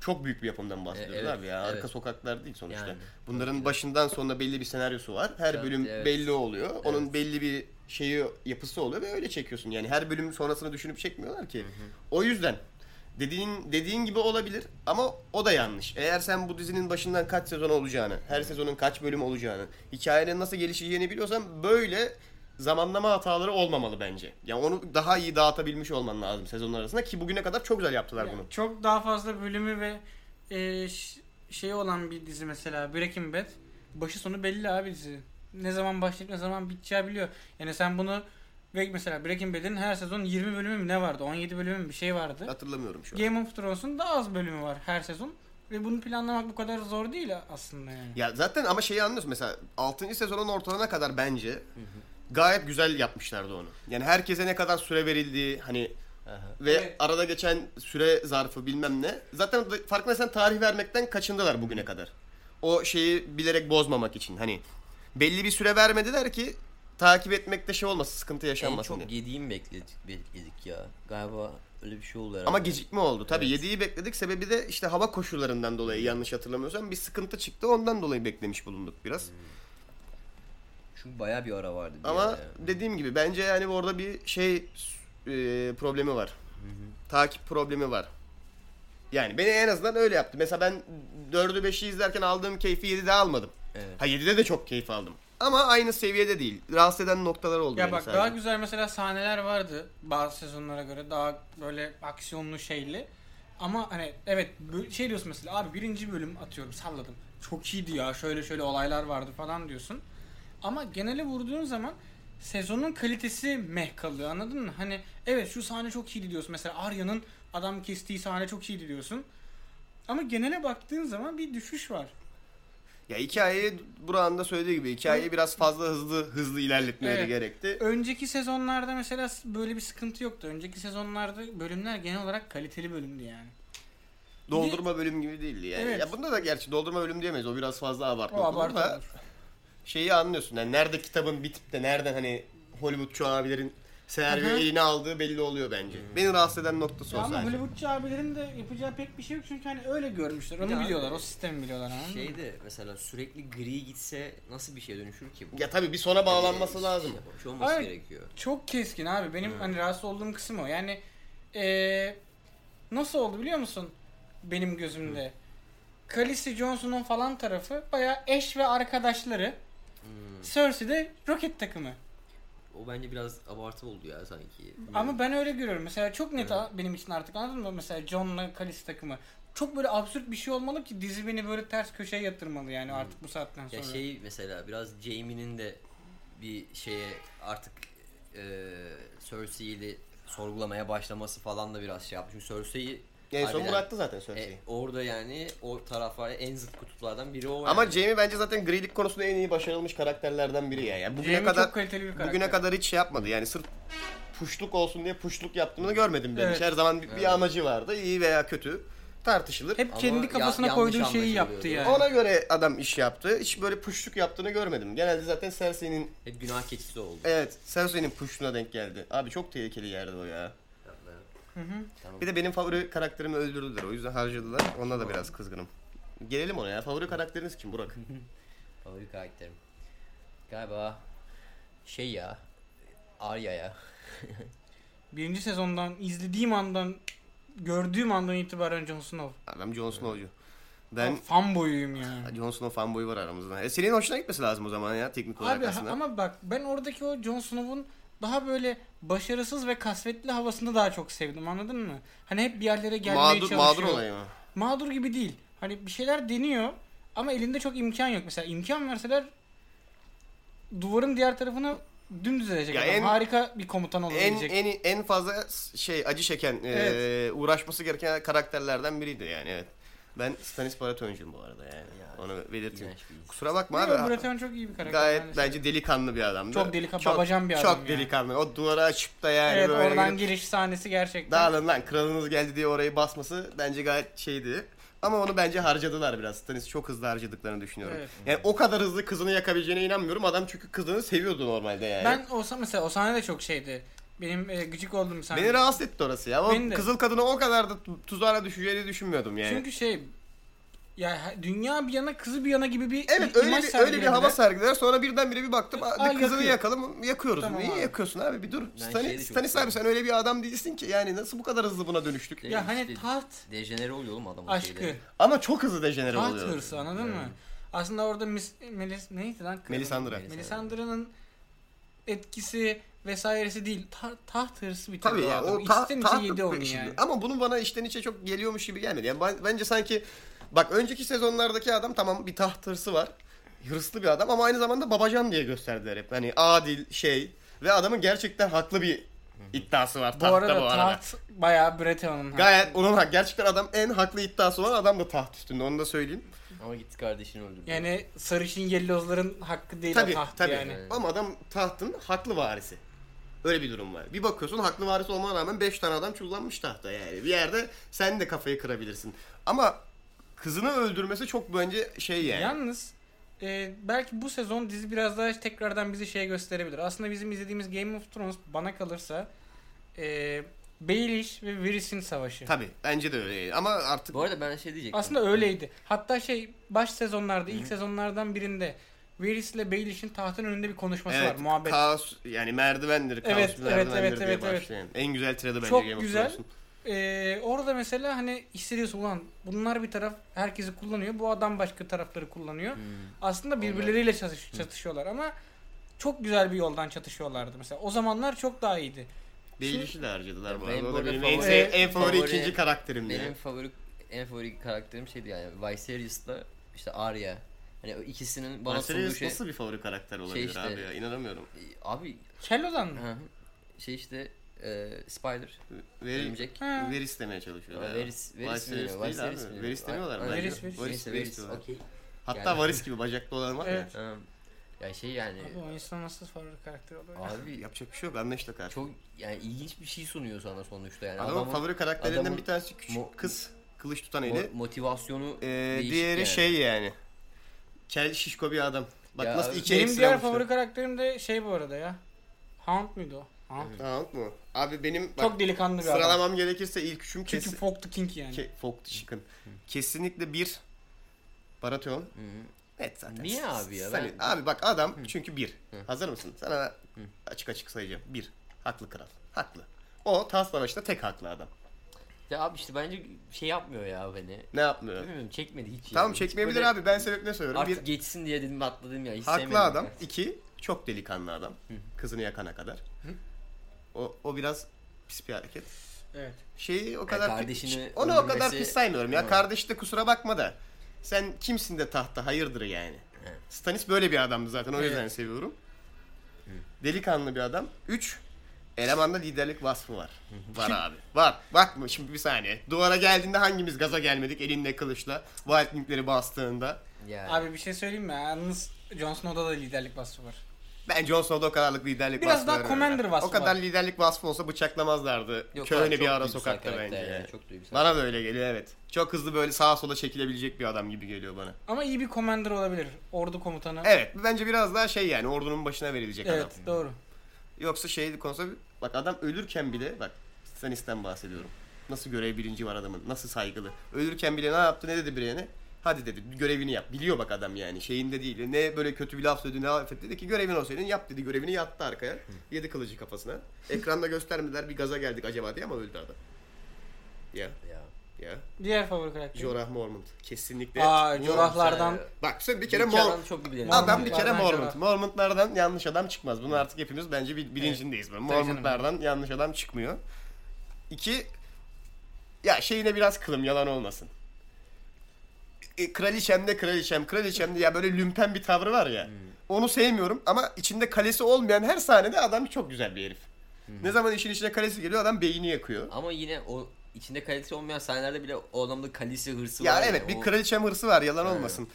[SPEAKER 2] çok büyük bir yapımdan bahsediyoruz
[SPEAKER 5] E, evet,
[SPEAKER 2] abi ya. Arka
[SPEAKER 5] evet.
[SPEAKER 2] sokaklar değil sonuçta.
[SPEAKER 5] Yani,
[SPEAKER 2] Bunların başından sonuna belli bir senaryosu var. Her
[SPEAKER 5] Evet,
[SPEAKER 2] bölüm
[SPEAKER 5] evet.
[SPEAKER 2] belli oluyor. Onun belli bir şeyi yapısı oluyor ve öyle çekiyorsun. Yani her bölüm sonrasını düşünüp çekmiyorlar ki. O yüzden dediğin dediğin gibi olabilir ama o da yanlış. Eğer sen bu dizinin başından kaç sezon olacağını, her sezonun kaç bölüm olacağını, hikayenin nasıl gelişeceğini biliyorsan böyle zamanlama hataları olmamalı bence. Yani onu daha iyi dağıtabilmiş olman lazım sezonlar arasında ki bugüne kadar çok güzel yaptılar
[SPEAKER 4] Yani
[SPEAKER 2] bunu.
[SPEAKER 4] Çok daha fazla bölümü ve e, ş- şey olan bir dizi mesela Breaking Bad başı sonu belli abi dizi. Ne zaman başlayıp ne zaman biteceği biliyor. Yani sen bunu ve mesela Breaking Bad'in her sezon 20 bölümü mü ne vardı? 17 bölümü mü bir şey vardı.
[SPEAKER 2] Hatırlamıyorum şu an.
[SPEAKER 4] Game of Thrones'un daha az bölümü var her sezon. Ve bunu planlamak bu kadar zor değil aslında yani.
[SPEAKER 2] Ya zaten ama şeyi anlıyorsun mesela 6. sezonun ortalarına kadar bence gayet güzel yapmışlardı onu. Yani herkese ne kadar süre verildiği hani ve
[SPEAKER 4] Evet.
[SPEAKER 2] arada geçen süre zarfı bilmem ne. Zaten da- farkındaysan tarih vermekten kaçındılar bugüne kadar. O şeyi bilerek bozmamak için hani belli bir süre vermediler ki takip etmekte şey olmasın, sıkıntı
[SPEAKER 5] En
[SPEAKER 2] yaşanmasın
[SPEAKER 5] çok
[SPEAKER 2] diye.
[SPEAKER 5] yediğim bekledik, bekledik ya. Galiba öyle bir şey oldu herhalde.
[SPEAKER 2] Ama gecikme oldu. Tabii 7'yi bekledik. Sebebi de işte hava koşullarından dolayı yanlış hatırlamıyorsam bir sıkıntı çıktı. Ondan dolayı beklemiş bulunduk biraz.
[SPEAKER 5] Çünkü bayağı bir ara vardı. bir
[SPEAKER 2] Ama
[SPEAKER 5] ara yani.
[SPEAKER 2] dediğim gibi bence yani orada bir şey e, problemi var. Takip problemi var. Yani beni en azından öyle yaptı. Mesela ben 4'ü 5'i izlerken aldığım keyfi 7'de almadım.
[SPEAKER 5] Evet.
[SPEAKER 2] Ha 7'de de çok keyif aldım. Ama aynı seviyede değil. Rahatsız eden noktalar oldu.
[SPEAKER 4] Ya
[SPEAKER 2] beni
[SPEAKER 4] bak
[SPEAKER 2] sadece.
[SPEAKER 4] daha güzel mesela sahneler vardı bazı sezonlara göre daha böyle aksiyonlu şeyli. Ama hani evet bö- şey diyorsun mesela abi birinci bölüm atıyorum salladım. Çok iyiydi ya şöyle şöyle olaylar vardı falan diyorsun. Ama genele vurduğun zaman sezonun kalitesi meh kalıyor anladın mı? Hani evet şu sahne çok iyiydi diyorsun. Mesela Arya'nın adam kestiği sahne çok iyiydi diyorsun. Ama genele baktığın zaman bir düşüş var.
[SPEAKER 2] Ya hikayeyi Burak'ın da söylediği gibi hikayeyi biraz fazla hızlı hızlı ilerletmeleri
[SPEAKER 4] Evet.
[SPEAKER 2] gerekti.
[SPEAKER 4] Önceki sezonlarda mesela s- böyle bir sıkıntı yoktu. Önceki sezonlarda bölümler genel olarak kaliteli bölümdü yani.
[SPEAKER 2] Doldurma bölüm gibi değildi yani.
[SPEAKER 4] Evet.
[SPEAKER 2] Ya bunda da gerçi doldurma bölüm diyemeyiz. O biraz fazla abartma.
[SPEAKER 4] O
[SPEAKER 2] olur
[SPEAKER 4] abartı
[SPEAKER 2] da-
[SPEAKER 4] olur.
[SPEAKER 2] şeyi anlıyorsun. Yani nerede kitabın bitip de nereden hani Hollywoodçu abilerin senaryoyu
[SPEAKER 4] Hı hı.
[SPEAKER 2] eline aldığı belli oluyor bence. Beni rahatsız eden noktası
[SPEAKER 4] Ya
[SPEAKER 2] o
[SPEAKER 4] ama
[SPEAKER 2] sadece.
[SPEAKER 4] Hollywoodcu abilerin de yapacağı pek bir şey yok çünkü hani öyle görmüşler.
[SPEAKER 5] Bir
[SPEAKER 4] Onu
[SPEAKER 5] de
[SPEAKER 4] biliyorlar.
[SPEAKER 5] abi-
[SPEAKER 4] O sistemi biliyorlar anladın mı?
[SPEAKER 5] Şey de mesela sürekli gri gitse nasıl bir şeye dönüşür ki bu?
[SPEAKER 2] Ya tabii bir sona bağlanması
[SPEAKER 5] Yani
[SPEAKER 2] lazım.
[SPEAKER 5] Şey, yapmış olması
[SPEAKER 4] Hayır.
[SPEAKER 5] gerekiyor.
[SPEAKER 4] Çok keskin abi. Benim hani rahatsız olduğum kısım o. Yani eee, nasıl oldu biliyor musun? Benim gözümde. Khaleesi Johnson'un falan tarafı bayağı eş ve arkadaşları. Cersei de roket takımı.
[SPEAKER 5] O bence biraz abartı oldu ya sanki.
[SPEAKER 4] Ama ben öyle görüyorum. Mesela çok net a- benim için artık anladın mı? Mesela John'la Khaleesi takımı. Çok böyle absürt bir şey olmalı ki dizi beni böyle ters köşeye yatırmalı yani
[SPEAKER 2] Hmm.
[SPEAKER 4] artık bu saatten sonra.
[SPEAKER 5] Ya şey mesela biraz Jaime'nin de bir şeye artık e, Cersei'yi de sorgulamaya başlaması falan da biraz şey yapmış. Çünkü Cersei'yi
[SPEAKER 2] En son
[SPEAKER 5] harbiden-
[SPEAKER 2] bıraktı zaten
[SPEAKER 5] e,
[SPEAKER 2] Cersei'yi.
[SPEAKER 5] orada yani o taraflar en zıt kutuplardan biri o.
[SPEAKER 2] Ama
[SPEAKER 5] yani.
[SPEAKER 2] Jaime bence zaten grilik konusunda en iyi başarılmış karakterlerden biri ya. Yani bugüne
[SPEAKER 4] Jaime
[SPEAKER 2] kadar
[SPEAKER 4] çok kaliteli bir karakter.
[SPEAKER 2] bugüne kadar hiç şey yapmadı. Yani sırf puşluk olsun diye puşluk yaptığını görmedim ben
[SPEAKER 4] Evet.
[SPEAKER 2] hiç. Her zaman bir, bir amacı vardı. iyi veya kötü tartışılır.
[SPEAKER 4] Hep
[SPEAKER 5] Ama
[SPEAKER 4] kendi
[SPEAKER 5] ya-
[SPEAKER 4] kafasına
[SPEAKER 5] yanlış
[SPEAKER 4] koyduğu şeyi
[SPEAKER 5] anlaşılıyor
[SPEAKER 4] yaptı
[SPEAKER 5] diyor.
[SPEAKER 4] yani.
[SPEAKER 2] Ona göre adam iş yaptı. Hiç böyle puşluk yaptığını görmedim. Genelde zaten Cersei'nin
[SPEAKER 5] hep günah keçisi oldu.
[SPEAKER 2] Evet, Cersei'nin puştuna denk geldi. Abi çok tehlikeli yerdi o ya. Bir de benim favori karakterimi öldürdüler. O yüzden harcadılar. Ona da biraz kızgınım. Gelelim ona ya. Favori karakteriniz kim Burak? E-
[SPEAKER 5] Favori karakterim. Galiba şey ya Arya ya.
[SPEAKER 4] Birinci sezondan izlediğim andan gördüğüm andan itibaren Jon Snow.
[SPEAKER 2] Adam Jon Snow'cu.
[SPEAKER 4] Ben
[SPEAKER 2] Ben
[SPEAKER 4] fan boyuyum yani.
[SPEAKER 2] Jon Snow fanboyu var aramızda. E senin hoşuna gitmesi lazım o zaman ya teknik olarak
[SPEAKER 4] Abi ha-
[SPEAKER 2] aslında.
[SPEAKER 4] ama bak ben oradaki o Jon Snow'un daha böyle başarısız ve kasvetli havasını daha çok sevdim anladın mı? Hani hep bir yerlere gelmeye
[SPEAKER 2] mağdur,
[SPEAKER 4] çalışıyor.
[SPEAKER 2] mağdur olayı mı?
[SPEAKER 4] Mağdur gibi değil. Hani bir şeyler deniyor ama elinde çok imkan yok. Mesela imkan verseler duvarın diğer tarafını dümdüz edecek
[SPEAKER 2] Ya
[SPEAKER 4] adam.
[SPEAKER 2] en-
[SPEAKER 4] Harika bir komutan
[SPEAKER 2] En,
[SPEAKER 4] olabilecek.
[SPEAKER 2] en, en fazla şey acı çeken, e,
[SPEAKER 4] Evet.
[SPEAKER 2] uğraşması gereken karakterlerden biriydi yani evet. Ben Stanis Baratheon'cuyum bu arada yani.
[SPEAKER 5] Ya,
[SPEAKER 2] Onu belirteyim.
[SPEAKER 5] İğrenç bir insan.
[SPEAKER 2] Kusura bakma
[SPEAKER 4] Değil
[SPEAKER 2] abi.
[SPEAKER 4] mi? Baratheon çok iyi bir karakter.
[SPEAKER 2] Gayet
[SPEAKER 4] maalesef.
[SPEAKER 2] bence delikanlı bir adamdı.
[SPEAKER 4] Çok delika- babacan bir adam
[SPEAKER 2] Çok
[SPEAKER 4] yani.
[SPEAKER 2] delikanlı. O duvarı açıp da yani
[SPEAKER 4] Evet
[SPEAKER 2] böyle
[SPEAKER 4] oradan
[SPEAKER 2] gidip
[SPEAKER 4] giriş sahnesi gerçekten.
[SPEAKER 2] dağılın lan kralınız geldi diye orayı basması bence gayet şeydi. Ama onu bence harcadılar biraz. Stanis çok hızlı harcadıklarını düşünüyorum.
[SPEAKER 4] Evet.
[SPEAKER 2] Yani o kadar hızlı kızını yakabileceğine inanmıyorum. Adam çünkü kızını seviyordu normalde yani.
[SPEAKER 4] Ben o sa- mesela o sahne de çok şeydi. Benim e, gıcık olduğum sahne.
[SPEAKER 2] Beni rahatsız etti orası ya.
[SPEAKER 4] Beni
[SPEAKER 2] Ama
[SPEAKER 4] de.
[SPEAKER 2] kızıl kadını o kadar da tu- tuzağına düşeceğini düşünmüyordum yani.
[SPEAKER 4] Çünkü şey ya ha- dünya bir yana kızı bir yana gibi bir
[SPEAKER 2] Evet
[SPEAKER 4] i-
[SPEAKER 2] öyle
[SPEAKER 4] imaj
[SPEAKER 2] bir, öyle bir hava
[SPEAKER 4] sergilediler.
[SPEAKER 2] sergilediler. Sonra birdenbire bir baktım. "Aa,
[SPEAKER 4] Aa,
[SPEAKER 2] kızını
[SPEAKER 4] yakıyor."
[SPEAKER 2] yakalım. Yakıyoruz.
[SPEAKER 4] Tamam
[SPEAKER 2] Niye
[SPEAKER 4] abi.
[SPEAKER 2] yakıyorsun abi? Bir dur.
[SPEAKER 5] Ben
[SPEAKER 2] Stanis,
[SPEAKER 5] şeyi de çok
[SPEAKER 2] Stanis abi
[SPEAKER 5] seviyorum.
[SPEAKER 2] sen öyle bir adam değilsin ki. Yani nasıl bu kadar hızlı buna dönüştük?
[SPEAKER 5] Değil
[SPEAKER 4] Ya hani
[SPEAKER 5] işte.
[SPEAKER 4] taht
[SPEAKER 5] Dejenere oluyor oğlum adam o
[SPEAKER 4] aşkı,
[SPEAKER 5] şeyde.
[SPEAKER 2] Ama çok hızlı dejenere
[SPEAKER 4] taht
[SPEAKER 2] oluyor.
[SPEAKER 4] hırsı anladın mı? Aslında orada Mis, Melis, neydi lan? kadın?
[SPEAKER 2] Melisandre.
[SPEAKER 4] Melisandre'nin etkisi vesairesi değil. Ta- taht hırsı bir
[SPEAKER 2] Tabii
[SPEAKER 4] tabii
[SPEAKER 2] ya
[SPEAKER 4] adam.
[SPEAKER 2] o ta,
[SPEAKER 4] İçten içe
[SPEAKER 2] taht-
[SPEAKER 4] şey yedi onu
[SPEAKER 2] şimdi-
[SPEAKER 4] yani.
[SPEAKER 2] Ama bunun bana içten içe çok geliyormuş gibi gelmedi. Yani ben- bence sanki Bak önceki sezonlardaki adam tamam bir taht hırsı var. Hırslı bir adam ama aynı zamanda babacan diye gösterdiler hep. Hani adil şey ve adamın gerçekten haklı bir iddiası var
[SPEAKER 4] Bu
[SPEAKER 2] tahtta
[SPEAKER 4] arada,
[SPEAKER 2] bu arada.
[SPEAKER 4] taht bayağı Breton'un.
[SPEAKER 2] Gayet onun hak. Gerçekten adam en haklı iddiası olan adam da taht üstünde onu da söyleyeyim.
[SPEAKER 5] Ama gitti kardeşini öldürdü.
[SPEAKER 4] Yani sarışın yellozların hakkı değil
[SPEAKER 2] Tabii
[SPEAKER 4] o taht
[SPEAKER 2] tabii.
[SPEAKER 4] yani.
[SPEAKER 2] Ama adam tahtın haklı varisi. Öyle bir durum var. Bir bakıyorsun haklı varisi olmana rağmen 5 tane adam çullanmış tahta yani. Bir yerde sen de kafayı kırabilirsin. Ama kızını öldürmesi çok bence şey yani.
[SPEAKER 4] Yalnız e, belki bu sezon dizi biraz daha tekrardan bizi şey gösterebilir. Aslında bizim izlediğimiz Game of Thrones bana kalırsa e, Baelish ve Viris'in savaşı.
[SPEAKER 2] Tabii bence de öyle. Ama artık
[SPEAKER 5] Bu arada ben şey diyecektim.
[SPEAKER 4] Aslında öyleydi. Hatta şey baş sezonlarda ilk sezonlardan birinde Varys ile Baelish'in tahtın önünde bir konuşması var muhabbet.
[SPEAKER 2] Kaos yani merdivendir. Kaos
[SPEAKER 4] Evet, evet,
[SPEAKER 2] merdivendir
[SPEAKER 4] evet,
[SPEAKER 2] diye
[SPEAKER 4] evet, evet.
[SPEAKER 2] başlayan. En güzel tiradı bence
[SPEAKER 4] Çok
[SPEAKER 2] Game of
[SPEAKER 4] güzel.
[SPEAKER 2] Thrones'un.
[SPEAKER 4] Ee, orada mesela hani hissediyorsun ulan bunlar bir taraf herkesi kullanıyor. Bu adam başka tarafları kullanıyor. Aslında birbirleriyle çatış- çatışıyorlar ama çok güzel bir yoldan çatışıyorlardı mesela. O zamanlar çok daha iyiydi.
[SPEAKER 2] Bir ilişki de harcadılar bu
[SPEAKER 5] Benim
[SPEAKER 2] arada. O da
[SPEAKER 5] burada
[SPEAKER 2] benim en,
[SPEAKER 5] favori-
[SPEAKER 2] sev- en favori,
[SPEAKER 5] favori-
[SPEAKER 2] ikinci karakterim
[SPEAKER 5] Benim
[SPEAKER 2] yani.
[SPEAKER 5] favori en favori karakterim şeydi yani Viserys'la işte Arya. Hani o ikisinin bana sunduğu
[SPEAKER 2] Viserys
[SPEAKER 5] şey.
[SPEAKER 2] nasıl bir favori karakter olabilir
[SPEAKER 5] işte-
[SPEAKER 2] abi ya inanamıyorum.
[SPEAKER 5] Abi
[SPEAKER 4] Kello'dan mı?
[SPEAKER 5] hı hı. şey işte e, Spider
[SPEAKER 2] Veri,
[SPEAKER 5] örümcek.
[SPEAKER 4] Ha.
[SPEAKER 2] veris demeye çalışıyorlar.
[SPEAKER 5] Ha,
[SPEAKER 2] ya.
[SPEAKER 5] veris- veris mi
[SPEAKER 2] Viserys
[SPEAKER 5] deniyor,
[SPEAKER 2] değil
[SPEAKER 5] Viserys
[SPEAKER 2] abi.
[SPEAKER 5] mi
[SPEAKER 2] Veris
[SPEAKER 5] deniyor?
[SPEAKER 2] demiyorlar mı?
[SPEAKER 4] Veris,
[SPEAKER 2] Bence?
[SPEAKER 4] veris.
[SPEAKER 2] Veris,
[SPEAKER 5] Neyse
[SPEAKER 2] veris
[SPEAKER 5] Veris
[SPEAKER 2] diyorlar.
[SPEAKER 5] okey.
[SPEAKER 2] Hatta
[SPEAKER 5] Yani-
[SPEAKER 2] varis gibi bacaklı olan var ya.
[SPEAKER 4] Evet.
[SPEAKER 5] Hı. Ya şey yani
[SPEAKER 4] Abi o insan nasıl favori karakter oluyor?
[SPEAKER 5] abi
[SPEAKER 2] Yapacak bir şey yok anlayışla karşı.
[SPEAKER 5] çok yani ilginç bir şey sunuyor sana sonuçta yani.
[SPEAKER 2] Adamın favori karakterlerinden
[SPEAKER 5] adamın
[SPEAKER 2] bir tanesi küçük
[SPEAKER 5] mo-
[SPEAKER 2] kız. Kılıç tutan
[SPEAKER 5] mo-
[SPEAKER 2] eli.
[SPEAKER 5] motivasyonu
[SPEAKER 2] Ee,
[SPEAKER 5] değişik
[SPEAKER 2] diğeri
[SPEAKER 5] yani.
[SPEAKER 2] şey yani. Kel şişko bir adam. Bak
[SPEAKER 5] Ya
[SPEAKER 2] nasıl
[SPEAKER 5] abi-
[SPEAKER 2] iki
[SPEAKER 4] Benim
[SPEAKER 2] hepsine
[SPEAKER 4] diğer
[SPEAKER 2] vuruştu.
[SPEAKER 4] favori karakterim de şey bu arada ya. Hound muydu o? Hound.
[SPEAKER 2] Tamam mı? Abi benim bak,
[SPEAKER 4] Çok delikanlı bir adam.
[SPEAKER 2] sıralamam gerekirse ilk üçüm
[SPEAKER 4] Çünkü
[SPEAKER 2] kesin.
[SPEAKER 4] Fog the King yani.
[SPEAKER 2] Ke- Folk Chicken. Kesinlikle bir Baratheon. Evet zaten.
[SPEAKER 5] Niye
[SPEAKER 2] S-
[SPEAKER 5] abi ya?
[SPEAKER 2] sen-
[SPEAKER 5] Ben-
[SPEAKER 2] Abi bak adam çünkü bir. Hazır mısın? Sana açık açık sayacağım. Bir. Haklı kral. Haklı. O taht savaşında tek haklı adam.
[SPEAKER 5] Ya abi işte bence şey yapmıyor ya beni.
[SPEAKER 2] Ne yapmıyor?
[SPEAKER 5] Bilmiyorum çekmedi hiç.
[SPEAKER 2] Tamam
[SPEAKER 5] yani. Hiç
[SPEAKER 2] çekmeyebilir
[SPEAKER 5] böyle
[SPEAKER 2] abi. Ben sebep ne söylüyorum?
[SPEAKER 5] Artık
[SPEAKER 2] Bir
[SPEAKER 5] geçsin diye dedim atladım ya. Hiç sevmedim
[SPEAKER 2] haklı adam.
[SPEAKER 5] ya.
[SPEAKER 2] iki çok delikanlı adam. Kızını yakana kadar. O, o biraz pis bir hareket.
[SPEAKER 4] Evet.
[SPEAKER 2] Şeyi o kadar
[SPEAKER 5] kardeşini
[SPEAKER 2] onu o kadar
[SPEAKER 5] öldürmesi-
[SPEAKER 2] pis saymıyorum ya.
[SPEAKER 5] Hı.
[SPEAKER 2] Kardeş de kusura bakma da. Sen kimsin de tahta hayırdır yani. Stanis böyle bir adamdı zaten. O yüzden seviyorum. Delikanlı bir adam. 3 Elemanda liderlik vasfı var. Var abi. Var. Bakma şimdi bir saniye. Duvara geldiğinde hangimiz gaza gelmedik elinde kılıçla. Wildling'leri bastığında.
[SPEAKER 5] Yani.
[SPEAKER 4] Abi bir şey söyleyeyim mi? Yalnız Jon Snow'da da liderlik vasfı var.
[SPEAKER 2] Ben Jon Snow'da o kadarlık liderlik
[SPEAKER 4] Biraz
[SPEAKER 2] vasfı
[SPEAKER 4] daha
[SPEAKER 2] arıyorum
[SPEAKER 4] commander
[SPEAKER 2] ben.
[SPEAKER 4] vasfı
[SPEAKER 2] O kadar
[SPEAKER 4] var.
[SPEAKER 2] liderlik vasfı olsa bıçaklamazlardı.
[SPEAKER 5] Yok abi,
[SPEAKER 2] Köhne
[SPEAKER 5] çok
[SPEAKER 2] bir ara
[SPEAKER 5] duygusal
[SPEAKER 2] sokakta
[SPEAKER 5] karakter
[SPEAKER 2] bence.
[SPEAKER 5] yani,
[SPEAKER 2] Yani.
[SPEAKER 5] çok duygusal.
[SPEAKER 2] Bana da öyle geliyor evet. Çok hızlı böyle sağa sola çekilebilecek bir adam gibi geliyor bana.
[SPEAKER 4] Ama iyi bir commander olabilir. Ordu komutanı.
[SPEAKER 2] Evet bence biraz daha şey yani ordunun başına verilecek adam.
[SPEAKER 4] Evet, doğru.
[SPEAKER 2] Yoksa şey konusu bak adam ölürken bile bak Stannis'ten bahsediyorum. Nasıl görev bilinci var adamın nasıl saygılı. Ölürken bile ne yaptı ne dedi Brienne? Hadi dedi görevini yap. Biliyor bak adam yani şeyinde değil. Ne böyle kötü bir laf söyledi ne laf etti. dedi ki görevin o senin yap dedi. Görevini yattı arkaya. Yedi kılıcı kafasına. Ekranda göstermediler bir gaza geldik acaba diye ama öldü adam. Ya
[SPEAKER 5] Ya.
[SPEAKER 2] ya.
[SPEAKER 4] Diğer favori karakter.
[SPEAKER 2] Jorah Mormont. Kesinlikle.
[SPEAKER 4] Aa,
[SPEAKER 2] Bu-
[SPEAKER 4] Jorahlardan
[SPEAKER 2] Bak sen bir
[SPEAKER 5] Bir
[SPEAKER 2] kere Mor-
[SPEAKER 5] adam çok bilen.
[SPEAKER 4] Mormont
[SPEAKER 2] Adam bir kere
[SPEAKER 4] Mormontlardan
[SPEAKER 2] Mormont.
[SPEAKER 4] acaba?
[SPEAKER 2] Mormontlardan yanlış adam çıkmaz. Bunu artık hepimiz bence bil- bilincindeyiz. böyle.
[SPEAKER 4] canım.
[SPEAKER 2] Mormontlardan yanlış adam çıkmıyor. İki, ya şeyine biraz kılım yalan olmasın. E, kraliçem de kraliçem, kraliçem de ya böyle lümpen bir tavrı var ya. Onu sevmiyorum ama içinde kalesi olmayan her sahnede adam çok güzel bir herif. Ne zaman işin içine kalesi geliyor adam beyni yakıyor.
[SPEAKER 5] Ama yine o içinde kalitesi olmayan sahnelerde bile o anlamda kalisi hırsı
[SPEAKER 2] Ya
[SPEAKER 5] var.
[SPEAKER 2] evet bir
[SPEAKER 5] o-
[SPEAKER 2] kraliçem hırsı var yalan olmasın.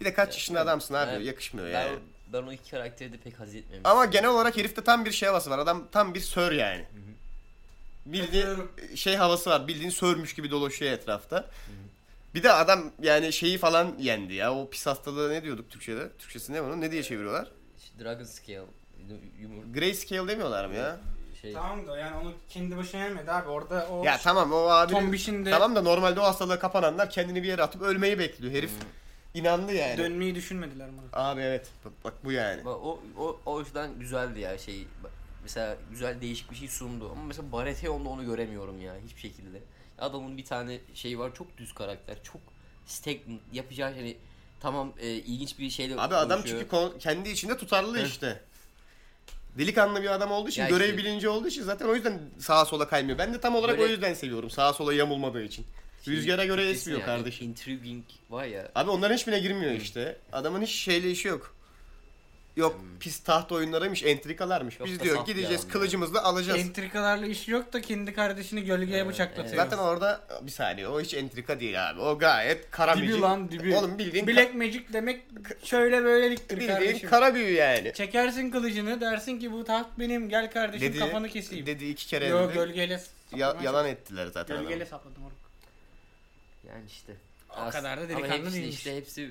[SPEAKER 2] Bir de kaç yaşında adamsın abi
[SPEAKER 5] Ben-
[SPEAKER 2] yakışmıyor
[SPEAKER 5] ben,
[SPEAKER 2] yani.
[SPEAKER 5] ben o iki karakteri de pek haz etmemiştim.
[SPEAKER 2] Ama genel olarak herifte tam bir şey havası var. Adam tam bir sör yani. Bildiğin şey havası var. Bildiğin sörmüş gibi dolaşıyor etrafta. Bir de adam yani şeyi falan yendi ya. O pis hastalığı ne diyorduk Türkçe'de? Türkçesi ne bunu? Ne
[SPEAKER 5] Ee,
[SPEAKER 2] diye çeviriyorlar?
[SPEAKER 5] İşte Dragon Şey, Scale, yumur
[SPEAKER 2] Grayscale demiyorlar mı ya?
[SPEAKER 5] şey.
[SPEAKER 4] Tamam da yani onu kendi başına yenmedi abi. Orada o
[SPEAKER 2] Ya tamam o abi.
[SPEAKER 4] tombişin de
[SPEAKER 2] Tamam da normalde o hastalığa kapananlar kendini bir yere atıp ölmeyi bekliyor. Herif
[SPEAKER 5] Hmm.
[SPEAKER 2] inandı yani.
[SPEAKER 4] dönmeyi düşünmediler bunu.
[SPEAKER 2] abi evet. Bak, bak bu yani.
[SPEAKER 5] Ama O, o, o yüzden güzeldi ya şey. bak, Mesela güzel değişik bir şey sundu. Ama mesela Baratheon'da onu göremiyorum ya hiçbir şekilde. Adamın bir tane şey var çok düz karakter. Çok stek yapacağı hani tamam e, ilginç bir şeyle
[SPEAKER 2] Abi adam
[SPEAKER 5] konuşuyor.
[SPEAKER 2] çünkü kon- kendi içinde tutarlı işte. Delikanlı bir adam olduğu için,
[SPEAKER 5] Ya
[SPEAKER 2] görev
[SPEAKER 5] işte-
[SPEAKER 2] bilinci olduğu için zaten o yüzden sağa sola kaymıyor. Ben de tam olarak
[SPEAKER 5] Böyle-
[SPEAKER 2] o yüzden seviyorum. Sağa sola yamulmadığı için.
[SPEAKER 5] Şey,
[SPEAKER 2] Rüzgara göre
[SPEAKER 5] Kesin
[SPEAKER 2] esmiyor
[SPEAKER 5] yani.
[SPEAKER 2] kardeşim.
[SPEAKER 5] Intriguing var ya.
[SPEAKER 2] Abi onların hiçbirine girmiyor işte. Adamın hiç şeyle işi yok. Yok pis taht oyunlarıymış, entrikalarmış.
[SPEAKER 5] Çok
[SPEAKER 2] Biz
[SPEAKER 5] da
[SPEAKER 2] diyor
[SPEAKER 5] saf bir
[SPEAKER 2] gideceğiz
[SPEAKER 5] adam
[SPEAKER 2] kılıcımızla alacağız.
[SPEAKER 4] Entrikalarla işi yok da kendi kardeşini gölgeye bıçaklatıyor.
[SPEAKER 2] Zaten orada bir saniye o hiç entrika değil abi. O gayet kara
[SPEAKER 4] Dibi
[SPEAKER 2] büyü.
[SPEAKER 4] lan dibi.
[SPEAKER 2] Oğlum bildiğin, ka-
[SPEAKER 4] Black Magic demek şöyle böyleliktir
[SPEAKER 2] bildiğin
[SPEAKER 4] kardeşim.
[SPEAKER 2] kara büyü yani.
[SPEAKER 4] Çekersin kılıcını dersin ki bu taht benim gel kardeşim
[SPEAKER 2] Dedi-
[SPEAKER 4] kafanı keseyim.
[SPEAKER 2] Dedi iki kere
[SPEAKER 4] Yo
[SPEAKER 2] dedi.
[SPEAKER 4] gölgeyle
[SPEAKER 2] Ya-
[SPEAKER 4] saplamaya
[SPEAKER 2] yalan ettiler zaten.
[SPEAKER 4] çalışıyor. Gölgeyle
[SPEAKER 2] adamı.
[SPEAKER 4] sapladım oruk.
[SPEAKER 5] Yani işte.
[SPEAKER 4] O kadar da
[SPEAKER 5] Ama
[SPEAKER 4] delikanlı
[SPEAKER 5] hepsi
[SPEAKER 4] değilmiş.
[SPEAKER 5] işte hepsi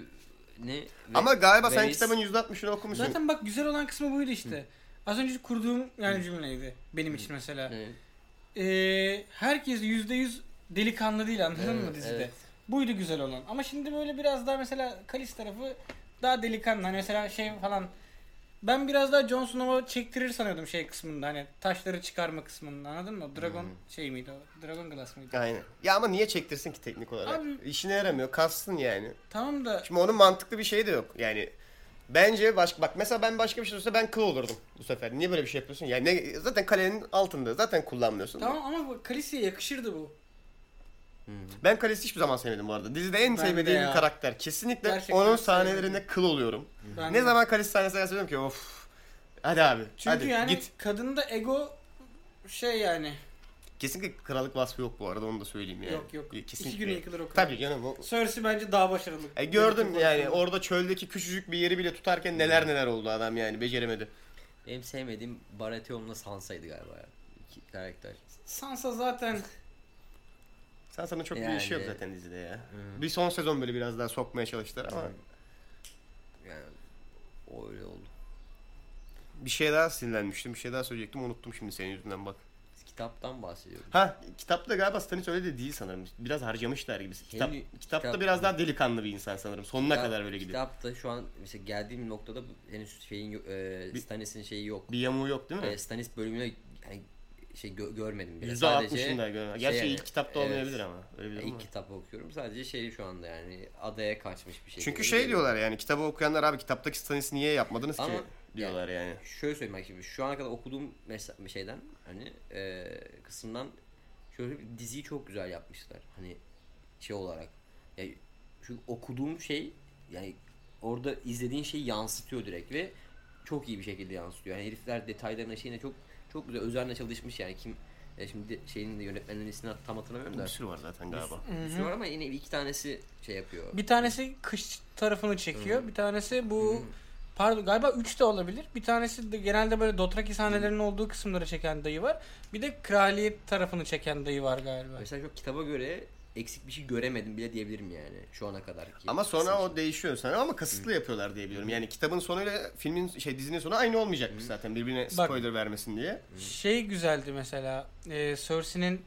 [SPEAKER 5] ne? ve-
[SPEAKER 2] Ama galiba sen
[SPEAKER 5] Veris-
[SPEAKER 2] kitabın %60'ını okumuşsun.
[SPEAKER 4] Zaten bak güzel olan kısmı buydu işte. Az önce kurduğum yani cümleydi benim için mesela.
[SPEAKER 5] Evet.
[SPEAKER 4] Ee, herkes %100 delikanlı değil anladın mı
[SPEAKER 5] Evet,
[SPEAKER 4] dizide?
[SPEAKER 5] evet.
[SPEAKER 4] Buydu güzel olan. Ama şimdi böyle biraz daha mesela Kalis tarafı daha delikanlı. Hani mesela şey falan ben biraz daha Jon Snow'a çektirir sanıyordum şey kısmında hani taşları çıkarma kısmında anladın mı? Dragon şey miydi o? Dragon Glass mıydı?
[SPEAKER 2] Aynen. Ya ama niye çektirsin ki teknik olarak?
[SPEAKER 4] Abi-
[SPEAKER 2] İşine yaramıyor. Kassın yani.
[SPEAKER 4] Tamam da
[SPEAKER 2] Şimdi onun mantıklı bir şeyi de yok. Yani bence başka bak mesela ben başka bir şey olsa ben kıl olurdum bu sefer. Niye böyle bir şey yapıyorsun? Yani ne- zaten kalenin altında zaten kullanmıyorsun.
[SPEAKER 4] tamam ama bu Khaleesi'ye yakışırdı bu.
[SPEAKER 2] Ben kalesi hiçbir zaman sevmedim bu arada. Dizide en
[SPEAKER 4] Ben
[SPEAKER 2] sevmediğim
[SPEAKER 4] de ya.
[SPEAKER 2] karakter. Kesinlikle
[SPEAKER 4] Gerçekten
[SPEAKER 2] onun
[SPEAKER 4] sevmedim.
[SPEAKER 2] sahnelerinde kıl oluyorum.
[SPEAKER 4] Ben
[SPEAKER 2] Ne
[SPEAKER 4] de-
[SPEAKER 2] zaman kalesi sahnesine gelsem diyorum ki of. Hadi abi.
[SPEAKER 4] Çünkü
[SPEAKER 2] hadi
[SPEAKER 4] yani
[SPEAKER 2] git.
[SPEAKER 4] kadında ego şey yani.
[SPEAKER 2] Kesinlikle krallık vasfı yok bu arada onu da söyleyeyim yani. e,
[SPEAKER 4] Yok, yok.
[SPEAKER 2] Kesinlikle.
[SPEAKER 4] İki güne yıkılır o kral.
[SPEAKER 2] Tabii canım o
[SPEAKER 4] Cersei bence daha başarılı.
[SPEAKER 2] E gördüm
[SPEAKER 4] Yönetim
[SPEAKER 2] yani
[SPEAKER 4] konusunda.
[SPEAKER 2] orada çöldeki küçücük bir yeri bile tutarken neler neler oldu adam yani beceremedi.
[SPEAKER 5] Benim sevmediğim Baratheon'la Sansa'ydı galiba ya. İki karakter.
[SPEAKER 4] Sansa zaten
[SPEAKER 2] Sen sana çok bir
[SPEAKER 5] Yani.
[SPEAKER 2] iş yok zaten dizide ya. Bir son sezon böyle biraz daha sokmaya çalıştılar ama
[SPEAKER 5] Yani o öyle oldu.
[SPEAKER 2] bir şey daha sinirlenmiştim. Bir şey daha söyleyecektim unuttum şimdi senin yüzünden bak.
[SPEAKER 5] Biz kitaptan bahsediyoruz.
[SPEAKER 2] Ha kitapta galiba Stannis öyle de değil sanırım. Biraz harcamışlar gibi. Kitap,
[SPEAKER 5] Henry-
[SPEAKER 2] kitapta
[SPEAKER 5] Şey, kitap-
[SPEAKER 2] biraz daha delikanlı bir insan sanırım. Sonuna
[SPEAKER 5] Kitap-
[SPEAKER 2] kadar böyle gidiyor.
[SPEAKER 5] Kitapta şu an mesela geldiğim noktada bu- henüz şeyin yok- e,
[SPEAKER 2] Bir-
[SPEAKER 5] Stannis'in şeyi yok.
[SPEAKER 2] Bir yamuğu yok değil mi?
[SPEAKER 5] E, Stannis bölümüne yani şey gö- görmedim bile.
[SPEAKER 2] Yüzde
[SPEAKER 5] Sadece-
[SPEAKER 2] altmışında görünen. Gerçi
[SPEAKER 5] şey yani,
[SPEAKER 2] ilk kitapta
[SPEAKER 5] evet.
[SPEAKER 2] olmayabilir ama. Öyle bir
[SPEAKER 5] Ya
[SPEAKER 2] durum
[SPEAKER 5] ilk
[SPEAKER 2] var.
[SPEAKER 5] kitap okuyorum. Sadece şey şu anda yani adaya kaçmış bir şey.
[SPEAKER 2] Çünkü
[SPEAKER 5] Öyle
[SPEAKER 2] şey
[SPEAKER 5] geliyor.
[SPEAKER 2] diyorlar yani kitabı okuyanlar abi kitaptaki Stannis'i niye yapmadınız ki
[SPEAKER 5] Ama-
[SPEAKER 2] diyorlar yani.
[SPEAKER 5] Şöyle söyleyeyim bak şimdi şu ana kadar okuduğum mesela şeyden hani e, kısımdan şöyle bir diziyi çok güzel yapmışlar. Hani şey olarak. Ya şu okuduğum şey yani orada izlediğin şeyi yansıtıyor direkt ve çok iyi bir şekilde yansıtıyor. Yani herifler detaylarına şeyine çok çok güzel özenle çalışmış yani kim e, şimdi şeyin de yönetmenlerin ismini tam hatırlamıyorum da.
[SPEAKER 2] Bir sürü var zaten galiba.
[SPEAKER 5] Bir sürü var ama yine iki tanesi şey yapıyor.
[SPEAKER 4] bir tanesi kış tarafını çekiyor. Bir tanesi bu pardon galiba 3 de olabilir. Bir tanesi de genelde böyle Dothraki sahnelerinin olduğu kısımları çeken dayı var. Bir de kraliyet tarafını çeken dayı var galiba.
[SPEAKER 5] Mesela çok kitaba göre eksik bir şey göremedim bile diyebilirim yani şu ana kadar ki.
[SPEAKER 2] Ama sonra
[SPEAKER 5] Kısım
[SPEAKER 2] o değişiyor sanırım ama kasıtlı yapıyorlar diye biliyorum. Yani kitabın sonuyla filmin şey dizinin sonu aynı olmayacakmış zaten birbirine
[SPEAKER 4] Bak.
[SPEAKER 2] spoiler vermesin diye.
[SPEAKER 4] Şey güzeldi mesela. E, Cersei'nin